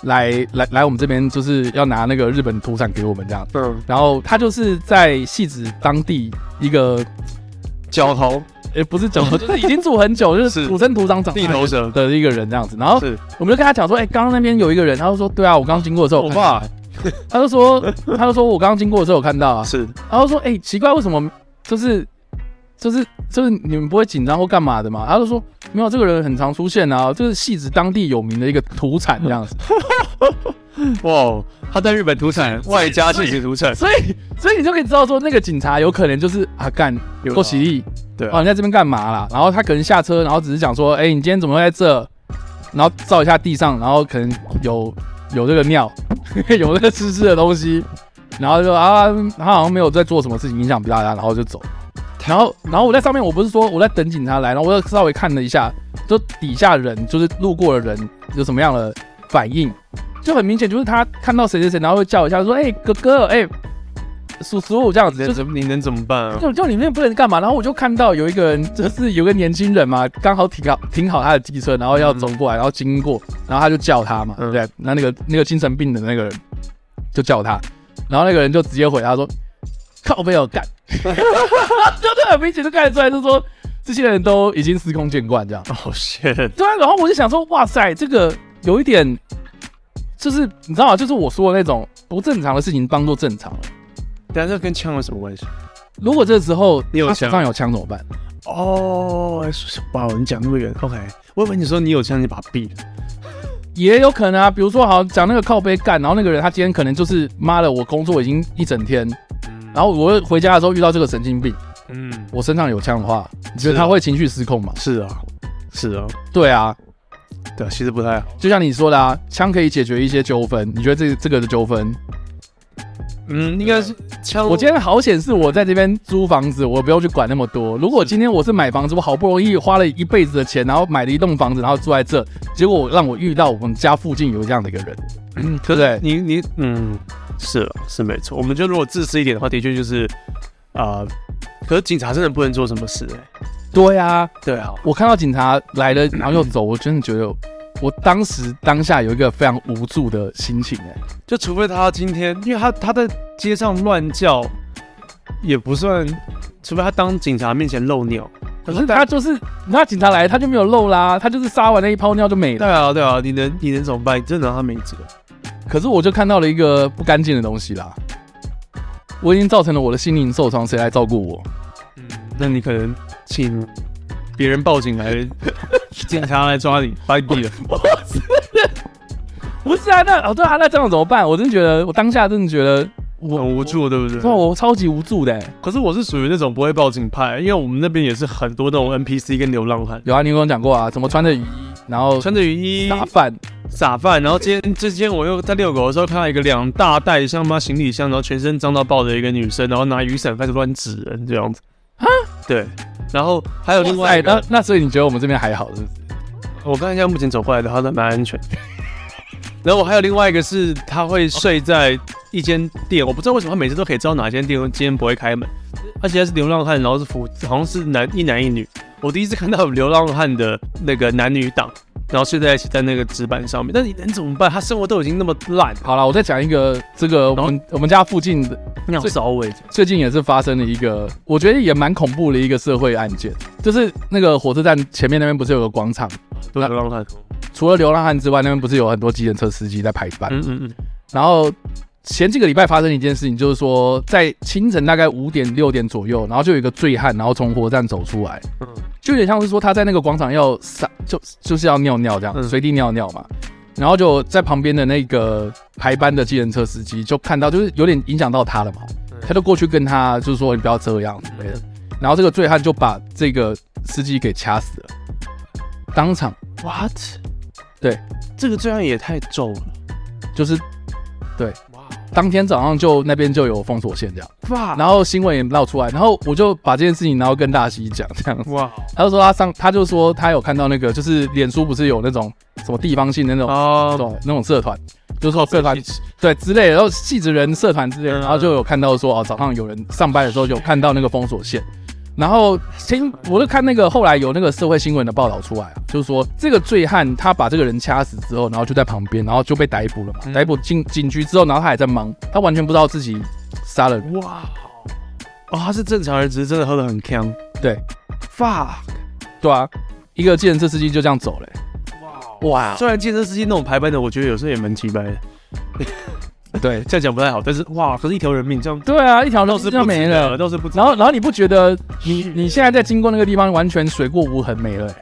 B: 来来来我们这边，就是要拿那个日本土产给我们这样，
C: 嗯，
B: 然后他就是在戏子当地一个
C: 脚头
B: 也不是讲， 就是已经住很久，就是是土生土长长
C: 地头蛇，
B: 的一个人这样子。然后
C: 是
B: 我们就跟他讲说，哎、刚刚那边有一个人，他就说，对啊，我刚经过的时候，
C: 我爸，
B: 他就说，他就说我刚刚经过的时候有看到啊，
C: 是
B: 然后说，哎、奇怪，为什么就是就是就是你们不会紧张或干嘛的嘛？他就说没有，这个人很常出现啊，就是戏子当地有名的一个土产这样子。
C: 哇哦，他在日本土产，外加自己土产，
B: 所以所以你就可以知道说，那个警察有可能就是啊干
C: 有啊
B: 够犀利，
C: 对
B: 哦，
C: 啊，
B: 你在这边干嘛啦？然后他可能下车，然后只是讲说，哎、你今天怎么会在这？然后照一下地上，然后可能有有这个尿， 有那个湿湿的东西，然后就啊，他好像没有在做什么事情影响大家，然后就走。然后，然后我在上面，我不是说我在等警察来，然后我又稍微看了一下，就底下人就是路过的人有什么样的反应，就很明显就是他看到谁谁谁，然后会叫一下说，哎、哥哥，哎、叔叔这样子，
C: 你
B: 就
C: 能怎么你能怎么办啊？
B: 就就里面不能干嘛，然后我就看到有一个人，就是有个年轻人嘛，刚好停好停好他的机车，然后要走过来，然后经过，然后他就叫他嘛，对
C: 嗯
B: 不对，那那个那个精神病的那个人就叫他，然后那个人就直接回他说：“靠没有干。” 就是很明显就看得出来，就说这些人都已经司空见惯这样。
C: 哦 shit，
B: 对啊，然后我就想说，哇塞，这个有一点，就是你知道吗？就是我说的那种不正常的事情当做正常了。
C: 但这跟枪有什么关系？
B: 如果这时候
C: 你有
B: 他手
C: 枪
B: 上有枪怎么办？
C: 哦，哇，你讲那么远，OK，我以为你说你有枪，你把他毙了，
B: 也有可能啊，比如说好讲那个靠背干，然后那个人他今天可能就是妈的，我工作已经一整天，然后我回家的时候遇到这个神经病，
C: 嗯，
B: 我身上有枪的话，你觉得
C: 是
B: 他会情绪失控吗？
C: 是啊，是啊，
B: 对啊，
C: 对啊，其实不太好，
B: 就像你说的啊，枪可以解决一些纠纷，你觉得这这个的纠纷？
C: 嗯，应该是枪，
B: 我今天好险是我在这边租房子，我不用去管那么多。如果今天我是买房子，我好不容易花了一辈子的钱，然后买了一栋房子，然后住在这，结果我让我遇到我们家附近有这样的一个人，
C: 嗯，可
B: 对
C: 是你你嗯，是啊是没错。我们就如果自私一点的话，的确就是啊、呃可是警察真的不能做什么事哎、
B: 对啊，
C: 对啊，
B: 我看到警察来了，然后又走，我真的觉得，我当时当下有一个非常无助的心情、哎，
C: 就除非他今天，因为他他在街上乱叫，也不算，除非他当警察面前漏尿。
B: 可是他就是，那警察来他就没有漏啦，他就是撒完那一泡尿就没
C: 对
B: 了。
C: 啊对啊，你能你能怎么办？你真的拿他没辙。
B: 可是我就看到了一个不干净的东西啦，我已经造成了我的心灵受伤，谁来照顾我？
C: 那你可能请别人报警 来，警察来抓你，把你 毙了。
B: 不是啊，那哦对啊，那这样怎么办？我真觉得，我当下真的觉得我
C: 很无，助，对不对？
B: 对啊，我超级无助的欸、
C: 可是我是属于那种不会报警派，因为我们那边也是很多那种 NPC 跟流浪汉，
B: 有啊，你有跟我讲过啊，怎么穿着雨衣，然后
C: 穿着雨衣
B: 打饭，
C: 撒饭，然后今天之前我又在遛狗的时候看到一个两大袋像妈行李箱，然后全身脏到爆的一个女生，然后拿雨伞开始乱指人这样子啊，对，然后还有另外
B: 哎
C: 一，个
B: 那，那所以你觉得我们这边还好是不是？
C: 我看一下目前走过来的，他都蛮安全。然后我还有另外一个是，他会睡在一间店，我不知道为什么他每次都可以知道哪间店今天不会开门，而且他是流浪汉，然后是服，好像是男一男一女。我第一次看到有流浪汉的那个男女档，然后睡在一起在那个纸板上面，那你能怎么办？他生活都已经那么烂，
B: 好了，我再讲一个，这个我们我们家附近的
C: 尿骚味。
B: 最近也是发生了一个，我觉得也蛮恐怖的一个社会案件，就是那个火车站前面那边不是有个广场，
C: 都是流浪汉。
B: 除了流浪汉之外，那边不是有很多计程车司机在排班，
C: 嗯嗯嗯，
B: 然后前几个礼拜发生一件事情，就是说在清晨大概五点六点左右，然后就有一个醉汉，然后从火车站走出来，
C: 嗯
B: 就有点像是说他在那个广场要撒，就就是要尿尿这样，
C: 嗯
B: 随地尿尿嘛。然后就在旁边的那个排班的计程车司机就看到，就是有点影响到他了嘛，
C: 嗯
B: 他就过去跟他就是说你不要这样之类的。然后这个醉汉就把这个司机给掐死了，当场
C: ，what？
B: 对，
C: 这个罪案也太重了。
B: 就是
C: 哇，哦
B: 当天早上就那边就有封锁线这样。
C: 哇，
B: 然后新闻也闹出来，然后我就把这件事情，然后跟大西讲这样子。
C: 哇，
B: 他就说他上，他就说他有看到那个，就是脸书不是有那种什么地方性的那种、那
C: 哦，
B: 种那种社团，就是说社团对之类的，然后戏子人社团之类的，
C: 嗯
B: 然后就有看到说哦，早上有人上班的时候有看到那个封锁线。然后听我就看那个后来有那个社会新闻的报道出来啊，就是说这个醉汉他把这个人掐死之后，然后就在旁边，然后就被逮捕了嘛。
C: 嗯
B: 逮捕进警局之后，然后他还在忙，他完全不知道自己杀了人。
C: 哇，哦，他是正常人，只是真的喝的很呛。
B: 对，
C: fuck，
B: 对啊，一个计程车司机就这样走了、哇
C: 虽然健身司机那种排班的，我觉得有时候也蛮奇怪的，
B: 哇，对
C: 这样讲不太好，但是哇，可是一条人命这样
B: 对啊，一条路
C: 倒是
B: 是
C: 不
B: 就
C: 值
B: 没
C: 得
B: 了。
C: 倒是不值得。
B: 然后，然后你不觉得你你现在在经过那个地方完全水过无痕没了、欸？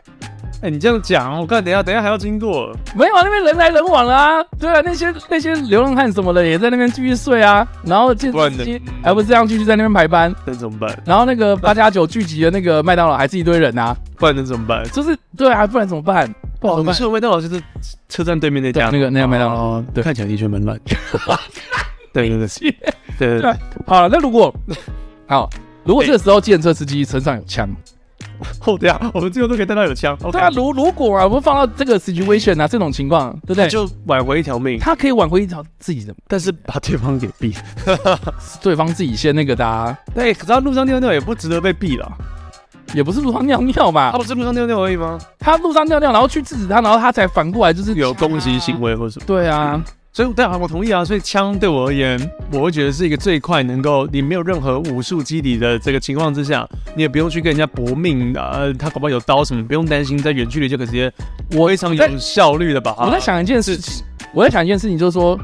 C: 哎、你这样讲，我看等一下等一下还要经过，
B: 没有啊，那边人来人往了啊。对啊，那些那些流浪汉什么的也在那边继续睡啊。然后计
C: 不然
B: 程司机
C: 呢嗯
B: 还不是这样继续在那边排班。
C: 那怎么办？
B: 然后那 个八加九聚集的那个麦当劳还是一堆人啊，
C: 不然能怎么办？
B: 就是对啊，不然怎么办？不好
C: 哦，你
B: 办。
C: 说的麦当劳就是车站对面那家
B: 那个那个麦当劳
C: 哦
B: 对
C: 看起来的确蛮乱。 对对对对对
B: 对
C: 对
B: 啊，好了，那如 果好，如果这个时候计程车司机身上有枪，
C: 哦对啊，我们最后都可以带到有枪。OK，
B: 对啊，如如果啊，我们放到这个 situation 啊，这种情况，对不对？
C: 就挽回一条命，
B: 他可以挽回一条自己的，
C: 但是把对方给毙。
B: 对方自己先那个的、啊，
C: 对，可是他路上尿尿也不值得被毙了。
B: 也不是路上尿尿
C: 啊
B: 吧？
C: 他不是路上尿尿而已吗？
B: 他路上尿尿，然后去制止他，然后他才反过来就是
C: 有攻击行。为或什么？
B: 对啊，
C: 所以，对啊，我同意啊。所以枪对我而言，我会觉得是一个最快能够你没有任何武术基底的这个情况之下，你也不用去跟人家搏命啊、呃他搞不好有刀什么，不用担心，在远距离就可以直接
B: 我
C: 非常
B: 在
C: 有效率的把它。
B: 我在想一件事情，我在想一件事情，就是说，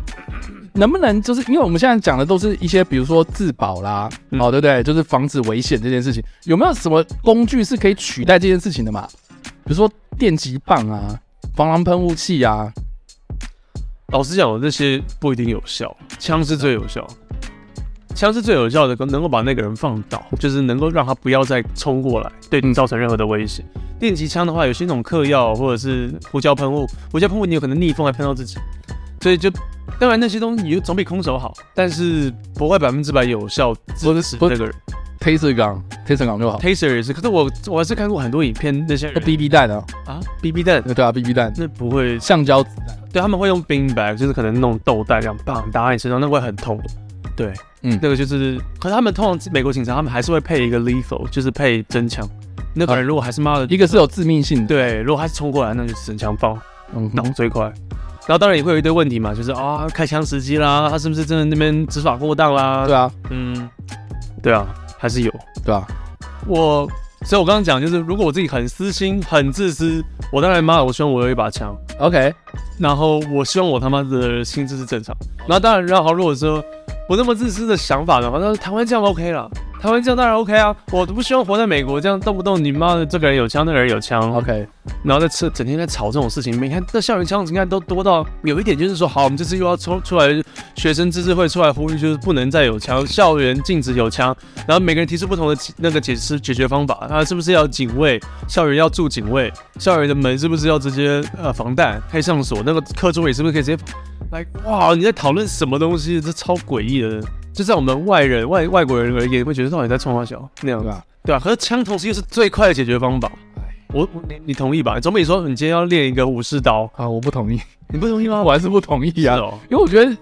B: 能不能就是因为我们现在讲的都是一些，比如说自保啦，
C: 嗯
B: 哦，对不对？就是防止危险这件事情，有没有什么工具是可以取代这件事情的嘛？比如说电击棒啊、防狼喷雾器啊，
C: 老实讲，我这些不一定有效，枪是最有效，枪是最有效的，能够把那个人放倒，就是能够让他不要再冲过来，对你
B: 嗯
C: 造成任何的威胁。电击枪的话，有些那种嗑药或者是胡椒喷雾，胡椒喷雾你有可能逆风还喷到自己，所以就当然那些东西你总比空手好，但是不会百分之百有效制止
B: 不
C: 那个人。
B: taser 杠 taser 杠就好。
C: Taser 也是，可是我我还是看过很多影片，那些
B: 那
C: 人
B: BB 弹啊，
C: 啊 BB 弹
B: 对啊，BB 弹，
C: 那不会
B: 橡胶
C: 对，他们会用冰 a 就是可能弄豆袋这样棒打在你身上，那会很痛。对，
B: 嗯
C: 那个就是，可是他们通常美国警察他们还是会配一个 lethal，就是配真枪。那个人如果还是妈的，
B: 一个是有致命性的，
C: 对，如果他是冲过来，那就是真枪放，
B: 嗯哼，
C: 脑最快。然后当然也会有一堆问题嘛，就是啊、开枪时机啦，他是不是真的那边执法过当啦？
B: 对啊，
C: 嗯，对啊，还是有。
B: 对啊，
C: 我，所以我刚刚讲就是，如果我自己很私心、很自私，我当然妈，我希望我有一把枪。
B: ，OK，
C: 然后我希望我他妈的心智是正常。然后当然，然后如果说不那么自私的想法的话，那台湾这样 OK 了。台湾这样当然 OK 啊，我不希望活在美国这样，动不动你妈的这个人有枪，那个人有枪
B: OK，
C: 然后在吃整天在吵这种事情。你看这校园枪击案都多到有一点就是说，好，我们这次又要抽出来学生自治会出来呼吁，就是不能再有枪，校园禁止有枪。然后每个人提出不同的解那个解释解决方法，啊，是不是要警卫？校园要住警卫？校园的门是不是要直接呃防弹开上锁？那个课桌椅是不是可以直接？来，哇，你在讨论什么东西？这超诡异的。就在我们外人外外国人而言，会觉得到底在冲花小那样
B: 对
C: 子。
B: 吧？
C: 对啊，可是枪同时又是最快的解决方法。我我你你同意吧？总比说你今天要练一个武士刀，
B: 啊，我不同意，
C: 你不同意吗？
B: 我还是不同意
C: 是
B: 啊，
C: 哦，
B: 因为我觉得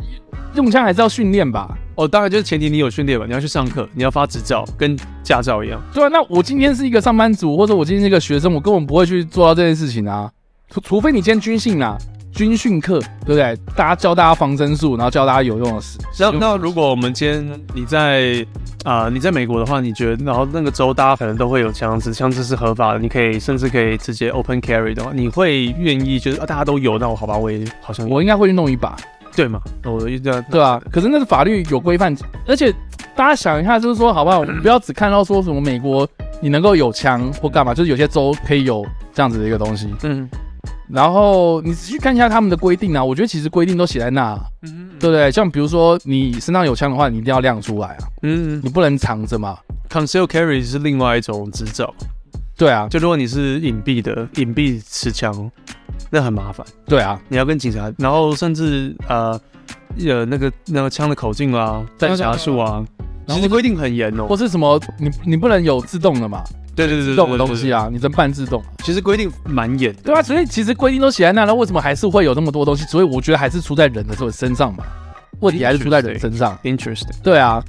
B: 用枪还是要训练吧。
C: 哦，当然就是前提你有训练吧，你要去上课，你要发执照，跟驾照一样。
B: 对啊，那我今天是一个上班族，或者我今天是一个学生，我根本不会去做到这件事情啊。除除非你今天军训啦、军训课，对不对？大家教大家防身术，然后教大家有用的事。
C: 那那如果我们今天你在啊、你在美国的话，你觉得然后那个州大家可能都会有枪支，枪支是合法的，你可以甚至可以直接 open carry 的话，你会愿意觉得啊大家都有，那我好吧，我也好像
B: 我应该会去弄一把，
C: 对嘛，那我就这样
B: 对啊，可是那是法律有规范，而且大家想一下，就是说，好不好？我们不要只看到说什么美国你能够有枪或干嘛，就是有些州可以有这样子的一个东西。
C: 嗯
B: 然后你仔细看一下他们的规定啊，我觉得其实规定都写在那，
C: 嗯
B: 对不对？像比如说你身上有枪的话，你一定要亮出来啊，
C: 嗯
B: 你不能藏着嘛。
C: ，conceal carry 是另外一种执照。
B: 对啊，
C: 就如果你是隐蔽的，隐蔽持枪，那很麻烦，
B: 对啊，
C: 你要跟警察，然后甚至呃，呃那个那个枪的口径啊、弹匣数啊，
B: 然
C: 其
B: 后
C: 实规定很严哦、
B: 或是什么，你你不能有自动的嘛，
C: 对对对
B: 自
C: 对
B: 动的东西
C: 啊，
B: 啊，你只能半自动。
C: 其实规定蛮严的。
B: 对啊，所以其实规定都写在那，那为什么还是会有那么多东西？所以我觉得还是出在人的这个身上嘛，问题还是出在人身上。
C: Interesting，
B: 对啊，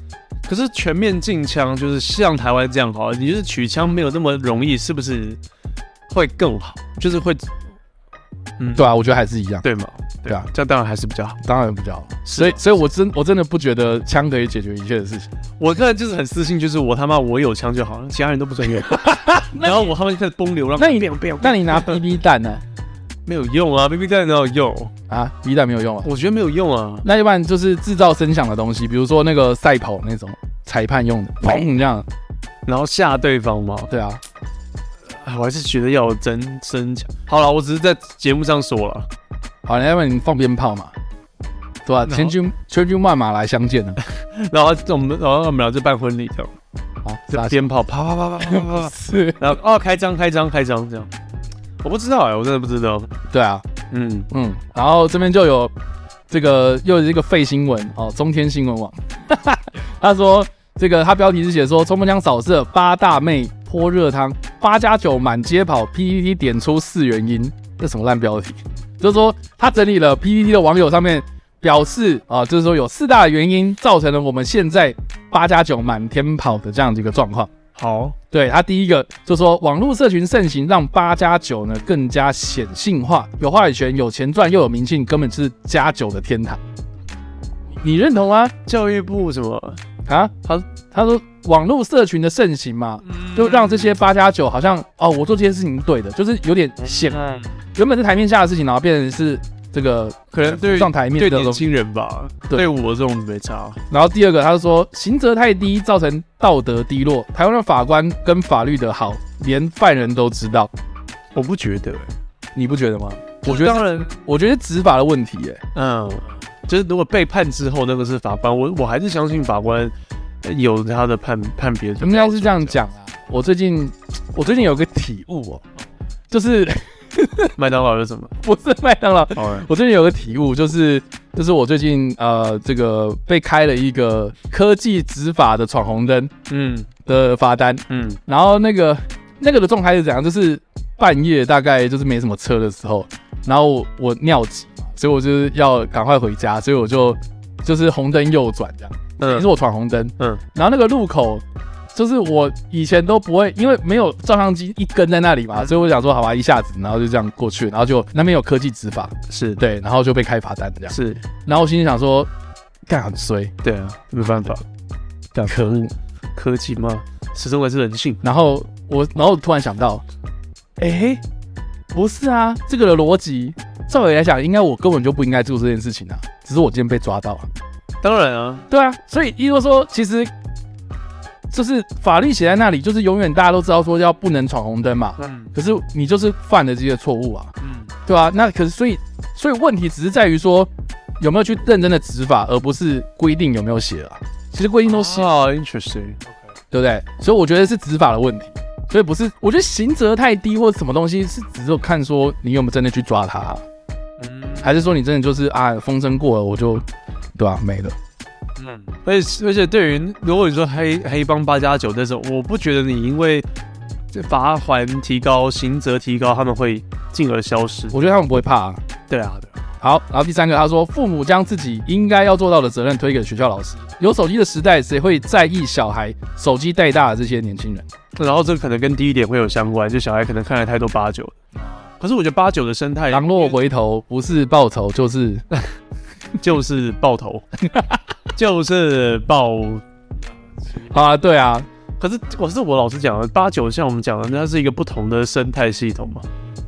C: 可是全面禁枪就是像台湾这样好了，你就是取枪没有那么容易，是不是会更好？就是会，嗯，
B: 对啊，我觉得还是一样。
C: 对嘛，
B: 对啊，
C: 这样当然还是比较好。
B: 当然比较好。
C: 是
B: 所以，所以我真我真的不觉得枪可以解决一切的事情。
C: 我个人就是很私心，就是我他妈我有枪就好了，其他人都不 准有。然后我他们就开始崩流浪，
B: 那你那你 拿 BB 弹呢？
C: 没有用啊，BB 弹哪有用？
B: 啊，BB 弹没有用啊。
C: 我觉得没有用啊。
B: 那要不然就是制造声响的东西，比如说那个赛跑那种裁判用的，砰这样。
C: 然后吓对方嘛，
B: 对啊，
C: 哎我还是觉得要有真真强。好了，我只是在节目上说了，
B: 好，要不然你放鞭炮嘛，对吧、
C: 然后
B: 千军千军万马来相见呢。
C: 然后我们然后我们俩就办婚礼这样，
B: 啊，
C: 就
B: 大家
C: 鞭炮啪啪啪啪啪啪 啪，
B: 是，
C: 然后哦开张开张开张这样，我不知道哎、我真的不知道。
B: 对啊，
C: 嗯，
B: 嗯，然后这边就有这个又是一个废新闻哦，中天新闻网， 他说这个他标题是写说冲锋枪扫射八大妹泼热汤，八加九满街跑，PPT 点出四原因，这什么烂标题？就是说他整理了 PPT 的网友上面表示啊，就是说有四大原因造成了我们现在八加九满天跑的这样的一个状况。
C: 好，
B: 对他第一个就说，网络社群盛行，让八加九呢更加显性化，有话语权，有钱赚，又有名气，根本就是加九的天堂。你认同吗？
C: 教育部什么？
B: 啊，他他说网络社群的盛行嘛，
C: 嗯
B: 就让这些八加九好像哦，我做这些事情对的，就是有点显
C: 嗯，
B: 原本是台面下的事情，然后变成是这个
C: 可能对于
B: 上台面
C: 对
B: 的
C: 年
B: 东西。
C: 轻人吧，
B: 对
C: 对我这种没差。
B: 然后第二个，他就说刑责太低，造成道德低落。台湾的法官跟法律的好，连犯人都知道，
C: 我不觉得、欸，
B: 你不觉得吗？我觉得
C: 当然，
B: 我觉得执法的问题、耶，
C: 嗯，就是如果被判之后，那个是法官，我我还是相信法官呃有他的判判 别的。
B: 应该是这样，讲啊。我最近，我最近有个体悟哦，就是
C: 麦当劳是什么？
B: 不是麦当劳，
C: 好啊，
B: 我最近有个体悟，就是就是我最近呃，这个被开了一个科技执法的闯红灯
C: 嗯
B: 的罚单，
C: 嗯，
B: 然后那个那个的状态是怎样？就是半夜大概就是没什么车的时候，然后我我尿急嘛，所以我就是要赶快回家，所以我就就是红灯右转这样。也
C: 嗯
B: 是我闯红灯，嗯
C: 嗯，
B: 然后那个路口就是我以前都不会，因为没有照相机一根在那里嘛，所以我想说好吧，一下子，然后就这样过去，然后就那边有科技执法，
C: 是啊对啊
B: 对，然后就被开罚单这样，
C: 是，
B: 然后我心里想说，干很衰，
C: 对啊，没办法，
B: 可恶，
C: 科技嘛，始终还是人性。
B: 然后我，然后我突然想到，哎、不是啊，这个的逻辑，照理来讲，应该我根本就不应该做这件事情啊，只是我今天被抓到了。
C: 当然啊，
B: 对啊，所以一说说，其实就是法律写在那里，就是永远大家都知道说要不能闯红灯嘛。
C: 嗯
B: 可是你就是犯了这些错误啊，
C: 嗯，
B: 对啊，那可是所以所以问题只是在于说有没有去认真的执法，而不是规定有没有写啊。其实规定都写，
C: 啊，interesting，
B: 对不对？所以我觉得是执法的问题，所以不是我觉得刑责太低或者什么东西，是只有看说你有没有真的去抓他、
C: 嗯
B: 还是说你真的就是啊风声过了我就对吧、没了。
C: 嗯，而且而且对于如果你说黑黑帮八加九那种，我不觉得你因为这罚款提高、刑责提高，他们会进而消失。
B: 我觉得他们不会怕、啊。
C: 对啊，对啊，
B: 好，然后第三个，他说父母将自己应该要做到的责任推给学校老师。有手机的时代，谁会在意小孩手机带大的这些年轻人？
C: 然后这可能跟第一点会有相关，就小孩可能看了太多八九。可是我觉得八九的生态
B: 狼若回头，不是报仇就是
C: 就是爆头，就是爆。
B: 啊，对啊，
C: 可是我是我老师讲的，八九像我们讲的，那是一个不同的生态系统嘛。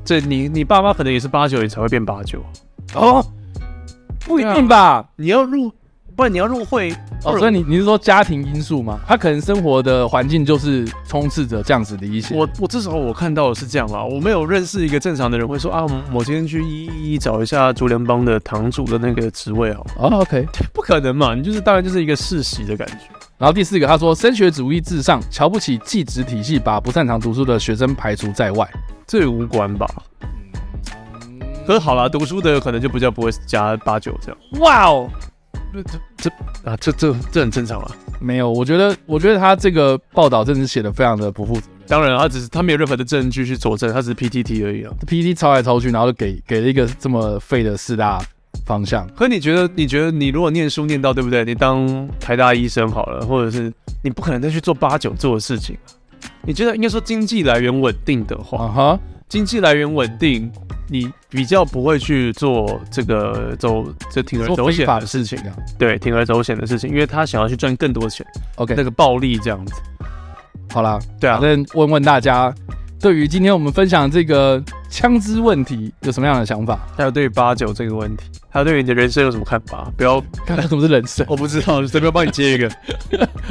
C: 这你你爸妈可能也是八九，你才会变八九。
B: 哦，不一定吧？
C: 你要入，不然你要入会
B: 哦，所以你你是说家庭因素吗？他可能生活的环境就是充斥着这样子的一些，
C: 我我至少我看到的是这样啦，我没有认识一个正常的人会说啊，我我今天去一一一找一下竹联帮的堂主的那个职位哦，
B: 哦，OK。
C: 不可能嘛，你就是当然就是一个世袭的感觉。
B: 然后第四个，他说升学主义至上，瞧不起技职体系，把不擅长读书的学生排除在外。
C: 这也无关吧？可是好啦，读书的可能就比较不会加八九这样
B: 哇哦！
C: 啊，这这这很正常啊。
B: 没有，我觉得，我觉得他这个报道真是写的非常的不负责任。
C: 当然，啊他只是他没有任何的证据去佐证，他只是 PTT 而已啊。
B: PPT 抄来抄去，然后就给给了一个这么废的四大方向。
C: 可你觉得，你觉得你如果念书念到对不对？你当台大医生好了，或者是你不可能再去做八九做的事情啊。你觉得应该说经济来源稳定的话，
B: 啊哈，
C: 经济来源稳定，你比较不会去做这个走这铤而
B: 做
C: 走
B: 非
C: 险
B: 法
C: 的
B: 的
C: 事
B: 事
C: 情
B: 情，啊。
C: 对，铤而走险的事情，因为他想要去赚更多的钱，
B: OK，
C: 那个暴利这样子。
B: 好啦，
C: 对啊
B: 反，正问问大家，对于今天我们分享这个枪支问题有什么样的想法？
C: 还有对于八九这个问题，还有对于你的人生有什么看法？不要，
B: 看看什么是人生
C: 。我不知道，随便帮你接一 个。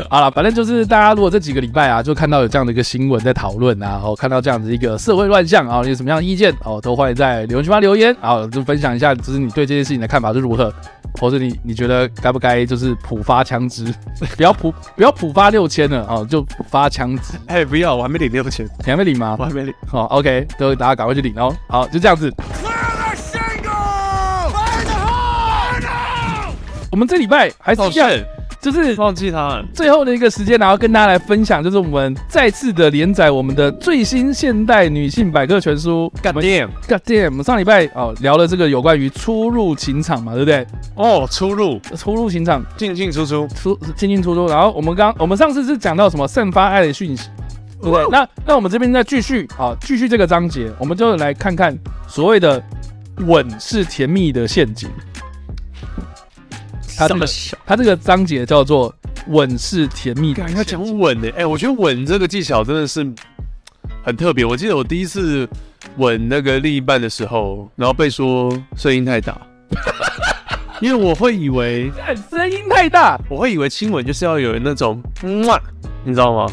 B: 好了，反正就是大家如果这几个礼拜啊，就看到有这样的一个新闻在讨论啊，然后看到这样的一个社会乱象啊，有什么样的意见哦，都欢迎在留言区发留言啊，就分享一下，就是你对这件事情的看法是如何，或是你你觉得该不该就是普发枪支，不要普不要普发六千了啊，就普发枪支，
C: 哎、不要，我还没领六千，
B: 你还没领吗
C: 我？还没领。
B: 好、o k 都大家赶快去领哦。好，就这样子。我们这礼拜还是一样，就是
C: 忘记他了。
B: 最后的一个时间，然后跟大家来分享，就是我们再次的连载我们的最新现代女性百科全书。
C: God
B: 我们
C: damn！
B: God damn！我们上礼拜哦聊了这个有关于出入情场嘛，对不对？呃
C: 哦，出入
B: 出入情场，
C: 进进出出，
B: 出进进出出。然后我们刚我们上次是讲到什么散发爱的讯息，对不对？那那我们这边再继续啊，继续这个章节，我们就来看看所谓的吻是甜蜜的陷阱。他这个
C: 小？
B: 它这个章节叫做吻是甜蜜的
C: 干
B: 陷
C: 要
B: 阱。
C: 讲吻呢、哎、我觉得吻这个技巧真的是很特别。我记得我第一次吻那个另一半的时候，然后被说声音太 大，因为我会以为
B: 干哎声音太大，
C: 我会以为亲吻就是要有那种哇，你知道吗？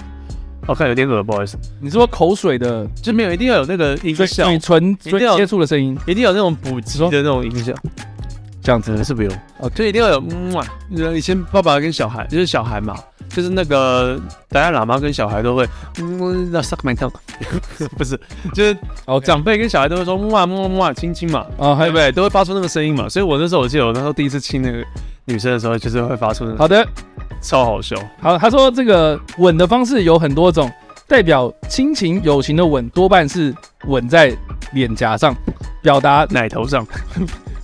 C: 我、看有点恶，不好意思，
B: 你说口水的
C: 就没有一定要有那个音效，
B: 嘴唇
C: 一定要
B: 接触的声音，
C: 一定要有那种补给的那种音效，
B: 这样
C: 可
B: 子
C: 能是不用
B: 哦
C: 哦，就一定要有哇。以前爸爸跟小孩就是小孩嘛，就是那个达赖喇嘛跟小孩都会嗯，那 suck my tongue，不 是，就是
B: 哦这样
C: 长辈跟小孩都会说嗯哇哇哇亲亲嘛，
B: 啊，还
C: 对
B: 有
C: 不对？都会发出那个声音嘛。所以我那时候我记得我那时候第一次亲那个女生的时候，就是会发出那个
B: 好的
C: 超好笑。
B: 好，他说这个吻的方式有很多种，代表亲情友情的吻多半是吻在脸颊上，表达
C: 奶头上，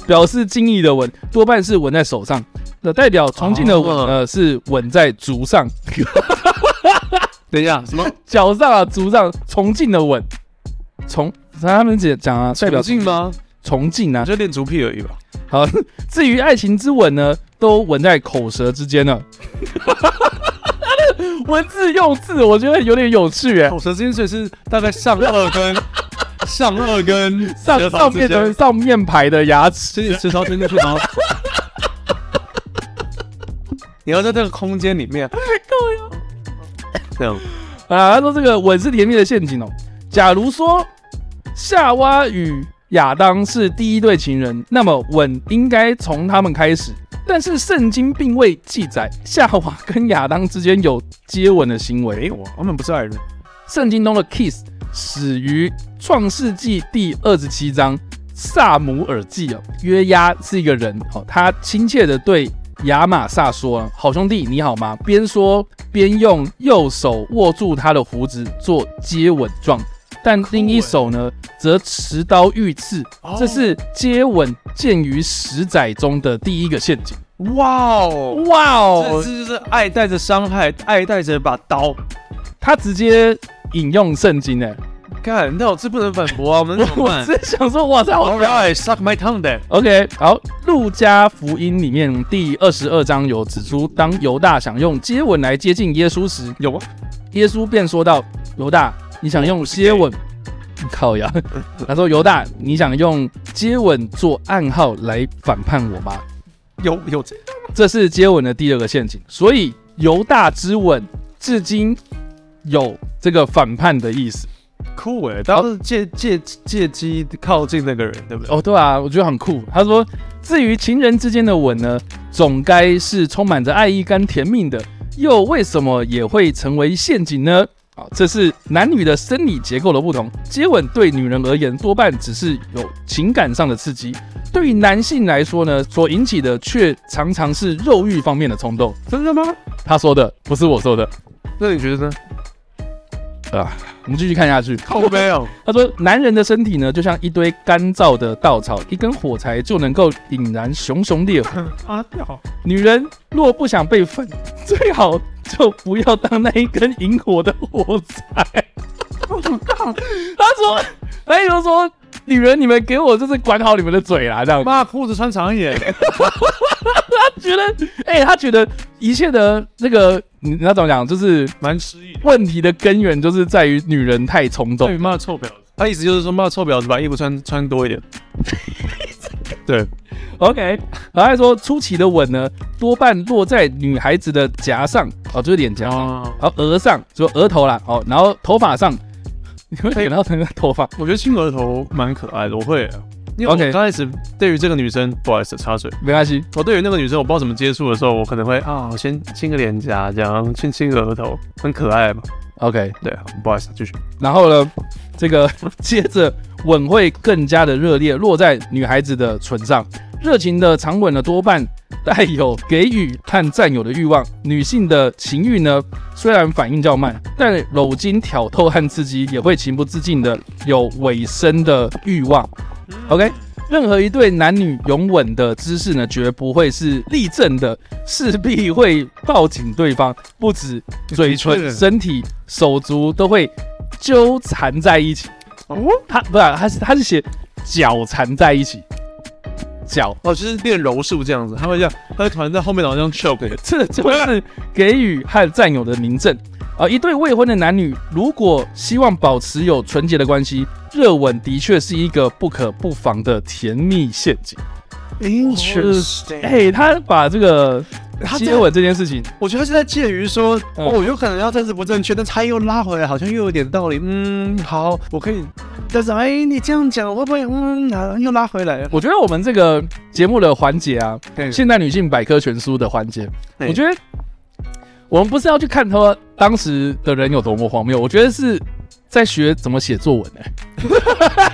B: 表示敬意的吻多半是吻在手上，那代表崇敬的吻
C: 哦
B: 呃是吻在足上、
C: 等一下，什么
B: 脚上啊足上崇敬的吻，崇他们讲讲啊代表
C: 近吗？
B: 崇敬啊
C: 我，就练足癖而已吧。
B: 好， 至于爱情之吻呢，都吻在口舌之间了。 文字用字，我觉得有点有趣耶。
C: 口舌之间所以是大概上颚 跟上颚跟
B: 上
C: 舌头
B: 上
C: 之
B: 面
C: 间
B: 的上面排的牙齿，
C: 伸舌头 伸进去，然后你要在这个空间里面，这样。
B: 啊，他说这个吻是甜蜜的陷阱哦。假如说夏娃与亚当是第一对情人，那么吻应该从他们开始。但是圣经并未记载夏娃跟亚当之间有接吻的行为。
C: 我我们不是爱人，
B: 圣经中的 kiss 始于创世纪第二十七章萨姆尔记哦，约押是一个人哦，他亲切的对亚玛撒说：“好兄弟，你好吗？”边说边用右手握住他的胡子做接吻状，但另一手呢则持刀遇刺。
C: 哦
B: 这是接吻见于十载中的第一个陷阱。
C: 哇哦，
B: 哇
C: 这
B: 哦，
C: 这就是爱带着伤害，爱带着把刀。
B: 他直接引用圣经哎，
C: 看，那我这不能反驳啊，我们怎么
B: 我
C: 办
B: 真想说，哇塞，好
C: All right, suck my tongue then。
B: OK，好，《路加福音》里面第二十二章有指出，当犹大想用接吻来接近耶稣时，
C: 有啊，
B: 耶稣便说道：“犹大，你想用接吻？ 靠呀！”他说：“犹大，你想用接吻做暗号来反叛我吗
C: 有有这？”
B: 这是接吻的第二个陷阱。所以，犹大之吻至今有这个反叛的意思。
C: 酷哎，他是借借借机靠近那个人，对不对？
B: 哦，对啊，我觉得很酷。他说，至于情人之间的吻呢，总该是充满着爱意跟甜蜜的，又为什么也会成为陷阱呢？啊，这是男女的生理结构的不同。接吻对女人而言，多半只是有情感上的刺激；对于男性来说呢，所引起的却常常是肉欲方面的冲动。
C: 真的吗？
B: 他说的不是我说的
C: 那你觉得呢？
B: 啊。我们继续看下去。
C: 靠哦没有，
B: 他说，男人的身体呢，就像一堆干燥的稻草，一根火柴就能够引燃熊熊烈火。
D: 啊，好，
B: 女人若不想被粉，最好就不要当那一根引火的火柴。他说，哎他就说，女人你们给我就是管好你们的嘴啦，这样。
C: 妈裤子穿长一点，
B: 他觉得，哎、他觉得一切的那个，你你要怎么讲，就是
C: 蛮失意的。
B: 问题的根源就是在于女人太冲动
D: 对，。妈的臭婊子，
C: 他意思就是说，妈臭婊子把衣服穿穿多一 点。对，
B: OK，然后他说初期的吻呢，多半落在女孩子的颊上，哦，就是脸颊。
C: 哦，
B: 然后额上，就额头啦，哦，然后头发上，你会想到那个头发，
C: 我觉得亲额头蛮可爱的，我会。因为
B: OK
C: 我刚开始对于这个女生，不好意思插嘴，
B: 没关系，
C: 我对于那个女生我不知道怎么接触的时候，我可能会啊，我先亲个脸颊，这样亲亲个额头，很可爱嘛。
B: OK。
C: 对，好不好意思，继续。
B: 然后呢，这个 接着吻会更加的热烈，落在女孩子的唇上。热情的长吻呢，多半带有给予和占有的欲望。女性的情欲呢，虽然反应较慢，但搂巾挑逗和刺激也会情不自禁的有尾声的欲望。OK，任何一对男女拥吻的姿势呢，绝不会是立正的，势必会抱紧对方，不止嘴
C: 的确
B: 唇、身体、手足都会纠缠在一起。
C: 哦
B: 他不是，他是他是写脚缠在一起，脚
C: 哦，就是练柔术这样子，他会这样，他会突然在后面好像 choke，
B: 这就是给予和占有的明证。啊，一对未婚的男女如果希望保持有纯洁的关系，热吻的确是一个不可不防的甜蜜陷阱。
C: Interesting
B: 哎、他把这个
C: 他这
B: 接吻这件事情，
C: 我觉得是在介于说，
B: 嗯
C: 哦，有可能要政治不正确，但是他又拉回来，好像又有点道理。嗯，好，我可以。但是哎，你这样讲会不会？嗯，啊又拉回来了。
B: 我觉得我们这个节目的环节啊，
C: 对
B: 现代女性百科全书的环节，
C: 对
B: 我觉得我们不是要去看他当时的人有多么荒谬，我觉得是在学怎么写作文呢、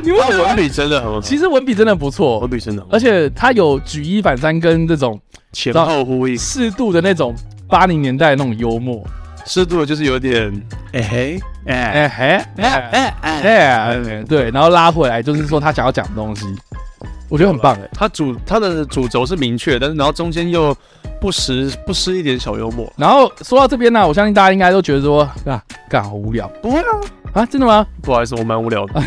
B: 你不觉得吗
C: 笔真的很好，
B: 其实文笔真的不错，
C: 笔真的很好
B: 而且他有举一反三跟这种
C: 前
B: 后
C: 呼应，
B: 适度的那种八零年代的那种幽默。
C: 适度的就是有点，哎嘿，哎
B: 哎嘿，哎哎
C: 哎，
B: 哎，对，然后拉回来就是说他想要讲的东西，我觉得很棒哎。
C: 他主他的主轴是明确，但是然后中间又不失不失一点小幽默。
B: 然后说到这边呢、我相信大家应该都觉得说啊，干好无聊
C: 不会啊，
B: 啊，真的吗？
C: 不好意思，我蛮无聊
B: 哎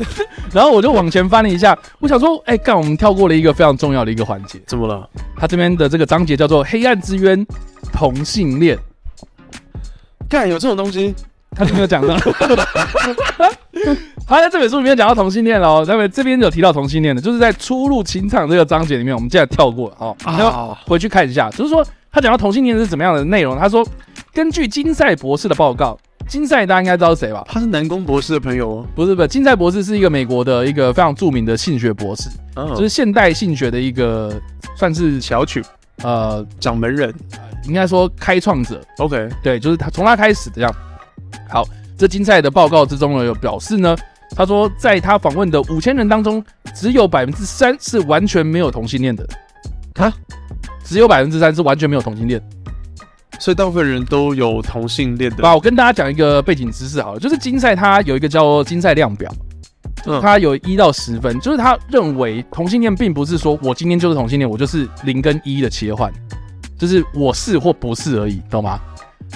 C: 的。
B: 然后我就往前翻了一下，我想说，哎，干，我们跳过了一个非常重要的一个环节，
C: 怎么了？
B: 它这边的这个章节叫做《黑暗之渊》，同性恋，
C: 干有这种东西？
B: 他没有讲到。 他在这本书里面讲到同性恋哦，那么这边有提到同性恋的，就是在初入情场这个章节里面，我们竟然跳过了哦。然后
C: 啊，
B: 回去看一下，就是说他讲到同性恋是怎么样的内容。他说，根据金赛博士的报告，金赛大家应该知道是谁吧？
C: 他是南宫博士的朋友哦。
B: 不是不是，金赛博士是一个美国的一个非常著名的性学博士，
C: 嗯，
B: 就是现代性学的一个算是
C: 小曲
B: 呃，
C: 掌门人。
B: 应该说开创者，
C: OK，
B: 对，就是他从他开始这样。好，这金赛的报告之中呢，有表示呢，他说在他访问的五千人当中，只有百分之三是完全没有同性恋的，
C: 啊，
B: 只有百分之三是完全没有同性恋。
C: 所以大部分人都有同性恋的
B: 好，我跟大家讲一个背景知识好了，就是金赛它有一个叫金赛量表，
C: 嗯
B: 它有一到十分，就是他认为同性恋并不是说我今天就是同性恋，我就是零跟一的切换，就是我是或不是而已，懂吗？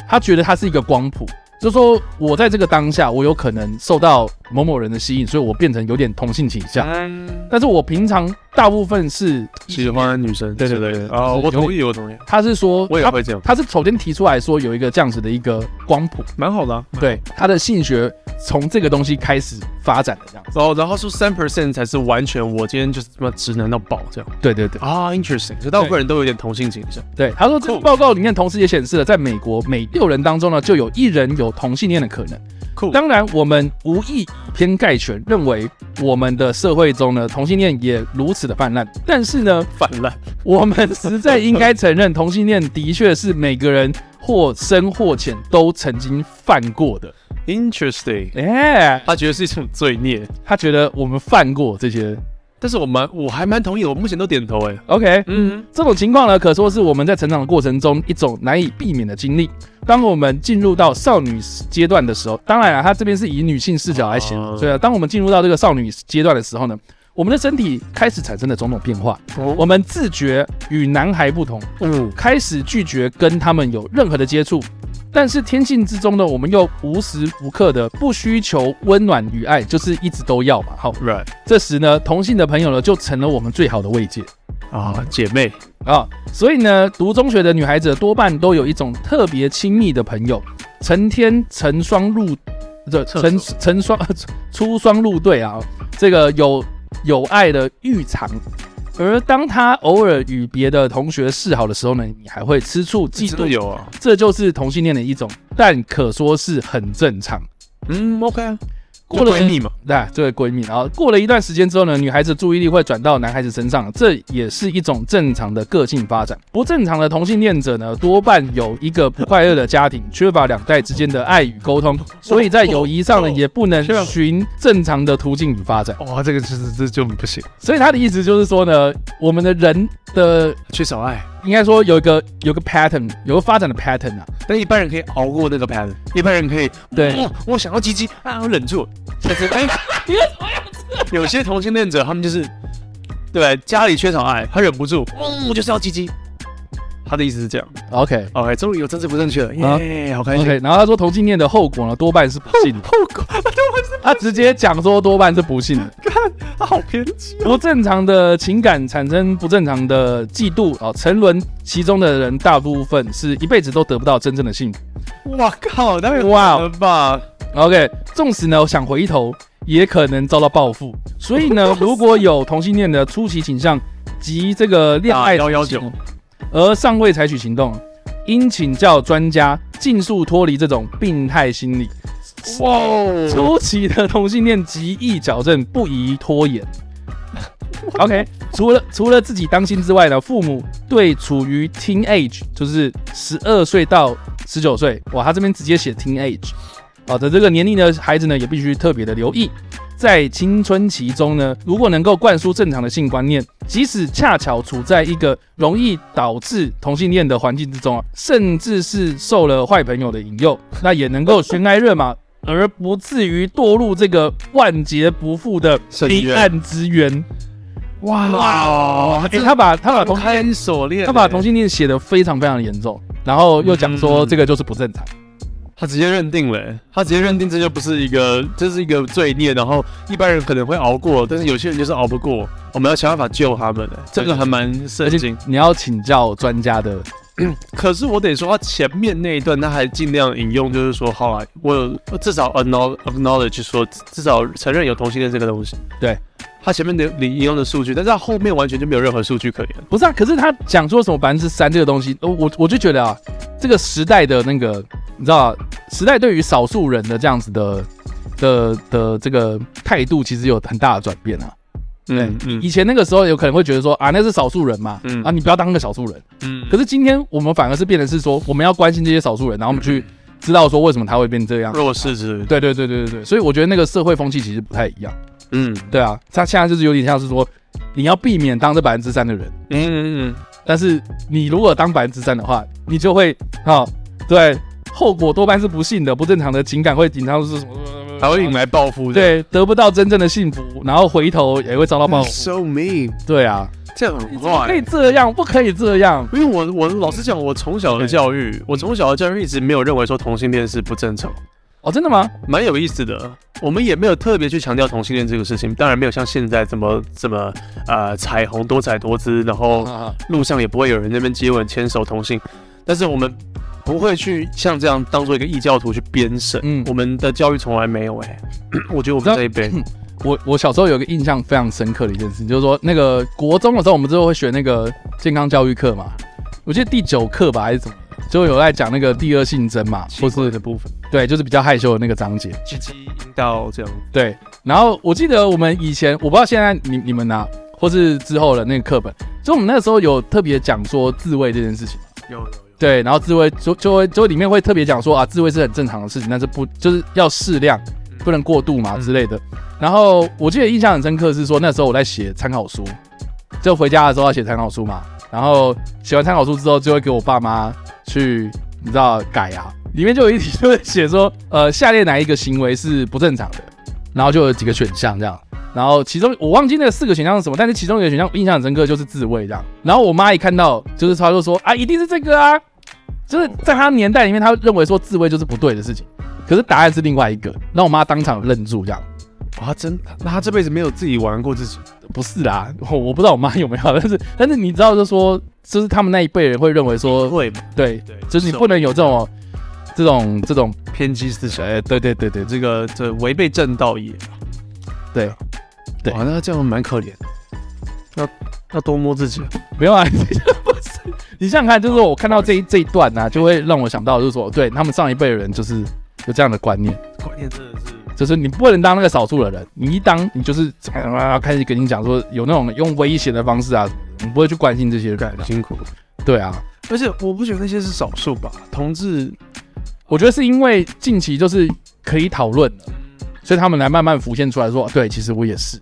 B: 他觉得它是一个光谱，就是说我在这个当下，我有可能受到某某人的吸引，所以我变成有点同性倾向，
C: 嗯
B: 但是我平常大部分是
C: 喜欢女生
B: 对对对
C: 之类的哦，
B: 就是
C: 我同意，我同意，
B: 他是说
C: 我也
B: 他
C: 会这样，
B: 他是首先提出来说有一个这样子的一个光谱。
C: 蛮好的啊。
B: 对，他的性学从这个东西开始发展的这样子。
C: 然哦后，然后说三 percent 才是完全，我今天就是他妈直男到爆这样
B: 对对对
C: 啊，interesting。所以大部分人都有点同性倾向，
B: 对，他说这个
C: Cool
B: 报告里面同时也显示了，在美国每六人当中呢，就有一人有同性恋的可能。
C: 酷。
B: 当然，我们无意以偏概全，认为我们的社会中呢，同性恋也如此的泛滥。但是呢，
C: 反滥，
B: 我们实在应该承认，同性恋的确是每个人或深或浅都曾经犯过的。
C: interesting。
B: 哎、
C: 他觉得是一种罪孽，
B: 他觉得我们犯过这些。
C: 但是我蛮我还蛮同意的，我目前都点头哎、
B: OK，
C: 嗯，
B: 这种情况呢，可说是我们在成长的过程中一种难以避免的经历。当我们进入到少女阶段的时候，当然了，啊它这边是以女性视角来写
C: 哦
B: 的，所以啊当我们进入到这个少女阶段的时候呢，我们的身体开始产生了种种变化，我们自觉与男孩不同，
C: 哦嗯，
B: 开始拒绝跟他们有任何的接触。但是天性之中呢，我们又无时无刻的不需求温暖与爱，就是一直都要嘛。好，
C: right
B: 这时呢，同性的朋友呢，就成了我们最好的慰藉。
C: 啊，姐妹，
B: 啊、所以呢，读中学的女孩子多半都有一种特别亲密的朋友，成天成双入，这
C: 厕所
B: 成成双 出双入对啊，这个有有爱的浴场。而当她偶尔与别的同学示好的时候呢，你还会吃醋嫉
C: 记得
B: 妒，
C: 有啊，
B: 这就是同性恋的一种，但可说是很正常。
C: 嗯，OK 啊，
B: 过了
C: 就闺蜜嘛，
B: 对、这个闺蜜，然后过了一段时间之后呢，女孩子注意力会转到男孩子身上，这也是一种正常的个性发展。不正常的同性恋者呢，多半有一个不快乐的家庭，缺乏两代之间的爱与沟通，所以在友谊上呢，也不能循正常的途径与发展。
C: 哇，这个这这这就不行，
B: 所以他的意思就是说呢，我们的人的
C: 缺少爱，
B: 应该说有一个有一个 pattern，有个发展的 pattern 啊，
C: 但一般人可以熬过那个 pattern，一般人可以，
B: 对
C: 哦我想要鸡鸡啊，我忍住，但是 哎，有些同性恋者他们就是，对，家里缺少爱，他忍不住，哦，我就是要鸡鸡，他的意思是这样
B: OK。
C: ，OK，终于有政治不正确了，
B: 啊
C: 耶，好开心
B: OK，然后他说同性恋的后果呢，多半是不幸的。
C: 后果，
B: 他直接讲说多半是不幸的。
C: 他好偏激哦，
B: 不正常的情感产生不正常的嫉妒啊、沉沦其中的人，大部分是一辈子都得不到真正的幸福。
C: 哇靠，那有
B: 哇
C: 可能吧，
B: OK，纵使呢想回头，也可能遭到报复。所以 呢，如果有同性恋的初期倾向及这个恋爱
C: 打119
B: 而尚未采取行动，应请教专家，尽速脱离这种病态心理。
C: 哇哦
B: 初期的同性恋极易矫正，不宜拖延。OK，除 了除了自己当心之外呢，父母对处于 teen age，就是十二岁到十九岁，哇，他这边直接写 teen age，好的这个年龄的孩子呢，也必须特别的留意。在青春期中呢，如果能够灌输正常的性观念，即使恰巧处在一个容易导致同性恋的环境之中啊，甚至是受了坏朋友的引诱，那也能够悬崖勒马，而不至于堕入这个万劫不复的
C: 深
B: 黑
C: 渊
B: 暗之渊。
C: 哇哇！
B: 哎、他把他把同性
C: 开锁链，
B: 他把同性恋写的非常非常严重，然后又讲说
C: 嗯
B: 这个就是不正常。
C: 他直接认定了、他直接认定这就不是一个，这是一个罪孽，然后一般人可能会熬过，但是有些人就是熬不过，我们要想办法救他们、哎这个还蛮
B: 而
C: 圣
B: 且
C: 经。
B: 你要请教专家的，
C: 可是我得说，他前面那一段他还尽量引用，就是说，好啊，我有我至少 acknow- acknowledge 说，至少承认有同性恋这个东西。
B: 对，
C: 他前面的你引用的数据，但是他后面完全就没有任何数据可言。
B: 不是啊？可是他讲说什么百分之三这个东西，呃我我就觉得啊，这个时代的那个你知道时代对于少数人的这样子的的的这个态度，其实有很大的转变啊。
C: 嗯嗯
B: 以前那个时候有可能会觉得说啊，那是少数人嘛，
C: 嗯
B: 啊，你不要当个少数人。
C: 嗯，
B: 可是今天我们反而是变成是说，我们要关心这些少数人，然后我们
C: 嗯
B: 去知道说为什么他会变这样。
C: 弱势之类的，
B: 对对对对对对，所以我觉得那个社会风气其实不太一样。
C: 嗯
B: 对啊，他现在就是有点像是说，你要避免当这百分之三的人，
C: 嗯嗯嗯，
B: 但是你如果当百分之三的话，你就会啊、对，后果多半是不幸的，不正常的情感会紧张是什么？
C: 还会引来报复。
B: 对，得不到真正的幸福，然后回头也会遭到报复。
C: ，so mean，
B: 对啊，
C: 这样很
B: 可以
C: 坏。
B: 这样，不可以这样。
C: 因为我我老实讲，我从小的教育，我从小的教育一直没有认为说同性恋是不正常，
B: 哦，真的吗？
C: 蛮有意思的。我们也没有特别去强调同性恋这个事情，当然没有像现在这么这么呃彩虹多彩多姿，然后
B: 啊，
C: 路上也不会有人在那边接吻、牵手、同性，但是我们不会去像这样当做一个异教徒去编审。
B: 嗯
C: 我们的教育从来没有哎、 我觉得我们这一辈，
B: 我我小时候有一个印象非常深刻的一件事，就是说那个国中的时候，我们之后会学那个健康教育课嘛，我记得第九课吧还是怎么，就有在讲那个第二性征嘛，或是
C: 的部分，
B: 对，就是比较害羞的那个章节。
C: 鸡鸡阴道这样，
B: 对，然后我记得我们以前，我不知道现在你你们呐、或是之后的那个课本，就我们那个时候有特别讲说自慰这件事情。
C: 有有有，
B: 对，然后自慰就就会就里面会特别讲说啊，自慰是很正常的事情，但是不就是要适量，不能过度嘛之类的。然后我记得印象很深刻是说那时候我在写参考书，就回家的时候要写参考书嘛，然后写完参考书之后就会给我爸妈去你知道改啊，里面就有一题就会写说呃下列哪一个行为是不正常的，然后就有几个选项这样。然后其中我忘记那四个选项是什么，但是其中有一个选项印象很深刻，就是自慰这样。然后我妈一看到，就是她就说啊，一定是这个啊，就是在她年代里面，她认为说自慰就是不对的事情，可是答案是另外一个，让我妈当场愣住这样。
C: 哇，真，那他这辈子没有自己玩过自己，
B: 不是啦，我我不知道我妈有没有，但是 但是你知道，就说就是他们那一辈人会认为说，
C: 会吗？
B: 对，
C: 对，
B: 就是你不能有这种这种这种，
C: 偏激思想，
B: 哎，对对对对，
C: 这个这违背正道也，
B: 对，对
C: 哇，那这样蛮可怜的，要要多摸自己，
B: 没有啊， 你这不是你想想看，就是说我看到这一这一段呢、啊，就会让我想到，就是说，对他们上一辈的人就是有这样的观念，
C: 观念真的是，
B: 就是你不能当那个少数的人，你一当你就是啊开始跟你讲说有那种用威胁的方式啊，你不会去关心这些人
C: 干
B: 啊，
C: 辛苦，
B: 对啊，
C: 而且我不觉得那些是少数吧，同志
B: 我觉得是因为近期就是可以讨论了，所以他们来慢慢浮现出来说，对，其实我也是。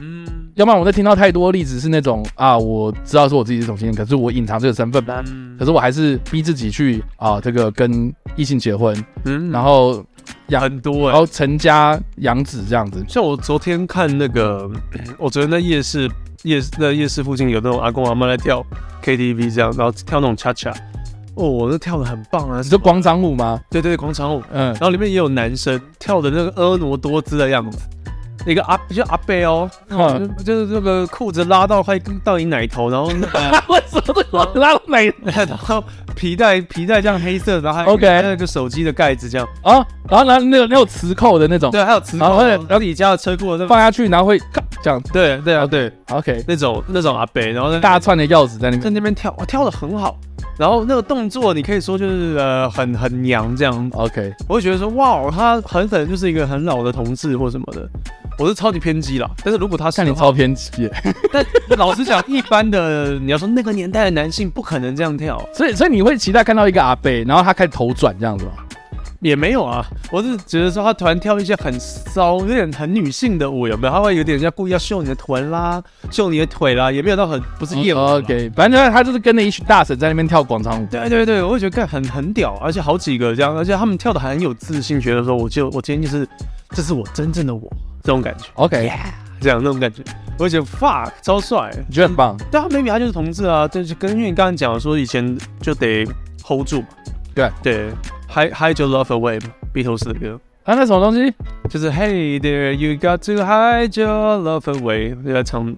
C: 嗯，
B: 要不然我在听到太多例子是那种啊，我知道说我自己是同性恋，可是我隐藏这个身份，可是我还是逼自己去啊，这个跟异性结婚，
C: 嗯
B: 然后养，
C: 很多
B: 然
C: 哎、
B: 后成家养子这样子。
C: 像我昨天看那个，我昨天在夜市夜在夜市附近有那种阿公阿妈在跳 KTV 这样，然后跳那种恰恰，哦，我那跳的很棒啊，
B: 你说广场舞吗？
C: 对对对广场舞，
B: 嗯，
C: 然后里面也有男生跳的那个婀娜多姿的样子，一个阿就阿贝哦，
B: 嗯
C: 就就是那个裤子拉到快到你奶头，然后 那个
B: 为什么我拉到哪？
C: 然后皮带皮带这样黑色的，然后还
B: OK
C: 那个手机的盖子这样，
B: 啊，然后然后那个那种磁扣的那种，
C: 对，还有磁扣，
B: 然后会
C: 然后你家的车库的那
B: 放下去然后会咔这样。
C: 对对啊对，
B: OK，
C: 那种那种阿贝，然后那
B: 大串的钥匙在那
C: 在
B: 边。
C: 那边跳，哇，跳的很好。然后那个动作，你可以说就是呃，很很娘这样。
B: OK，
C: 我会觉得说，哇，他很可能就是一个很老的同志或什么的。我是超级偏激啦，但是如果他是
B: 像你
C: 的话，
B: 超偏激耶。
C: 但老实讲，一般的你要说那个年代的男性不可能这样跳，
B: 所以所以你会期待看到一个阿贝，然后他开始头转这样子吗？
C: 也没有啊。我是觉得说他突然跳一些很骚、有点很女性的舞，有没有？他会有点要故意要秀你的臀啦，秀你的腿啦，也没有到很不是艳舞啦。
B: 哦 OK，反正他就是跟着一群大神在那边跳广场舞。
C: 对对对，我会觉得干很很屌，而且好几个这样，而且他们跳的很有自信，觉得说我就我今天就是这是我真正的我这种感觉，
B: OK，
C: 这样那种感觉，我会觉得 fuck 超帅。
B: 你觉得很棒？
C: 但他 maybe 他就是同志啊，就是跟因为你刚刚讲的说以前就得 hold 住嘛，
B: 对
C: 对，hide hide your love away 嘛，Beatles 的歌。
B: 啊，那什么东西？
C: 就是 Hey there, you got to hide your love away，就在唱，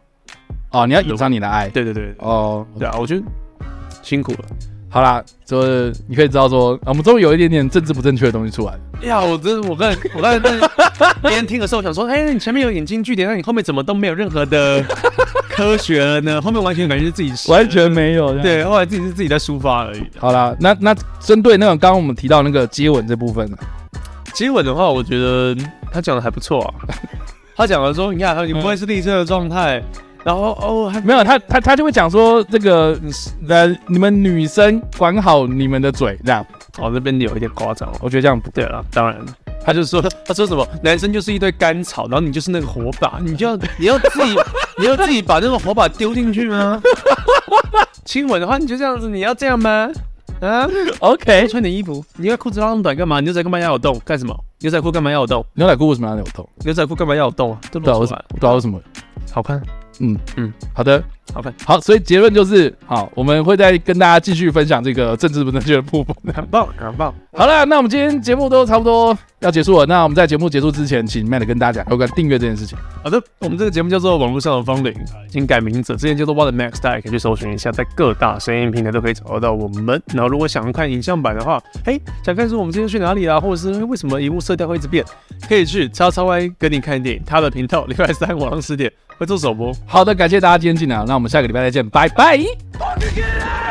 B: 哦，你要隐藏你的爱。
C: 对对对，
B: 哦，
C: 对啊，我觉得辛苦了。
B: 好啦，就是你可以知道说，啊我们终于有一点点政治不正确的东西出来了。
C: 呀，我真我刚才我刚才在别人听的时候想说，哎、你前面有引经据典，那你后面怎么都没有任何的科学了呢？ 后面完全感觉是自己
B: 完全没有。对，
C: 对，后来自己是自己在抒发而已。
B: 好啦，那那针对那个刚刚我们提到那个接吻这部分呢，
C: 接吻的话，我觉得他讲的还不错 啊。他讲的说，你看，你不会是立正的状态，然后哦，还
B: 没有他他他就会讲说这个呃，你们女生管好你们的嘴这样，
C: 哦那边有一点夸张哦。
B: 我觉得这样不
C: 对了，当然了。他就说，他说什么，男生就是一堆干草，然后你就是那个火把，你就要 你要自己你要自己把那个火把丢进去吗？ 亲吻的话，你就这样子，你要这样吗？啊，
B: OK。
C: 穿点衣服，你要裤子拉那么短干嘛？牛仔干嘛要有洞？干什么？牛仔裤干嘛要有洞？
B: 牛仔裤为什么要扭头？
C: 牛仔裤干嘛要有洞啊？都
B: 不知道
C: 露
B: 为
C: 出
B: 什
C: 来
B: 么，，不知道为什么。
C: 好看，
B: 嗯
C: 嗯
B: 嗯，好的，
C: 好看，
B: 好，所以结论就是，好，我们会再跟大家继续分享这个政治不正确的部分。
C: 很棒，很棒。
B: 好了，那我们今天节目都差不多要结束了。那我们在节目结束之前，请 Matt 跟大家讲有关订阅这件事情。
C: 好的，我们这个节目叫做《网络上的芳龄》，已经改名字，之前叫做 What the Max，大家也可以去搜寻一下，在各大声音平台都可以找得到我们。然后如果想要看影像版的话，哎，想看说我们今天去哪里啊啦，或者是诶为什么荧幕色调会一直变，可以去叉叉 Y 跟你看电影，他的频道礼拜三晚上十点会做首播。
B: 好的，感谢大家今天进来，那我们下个礼拜再见，拜拜。
A: Fucking get out!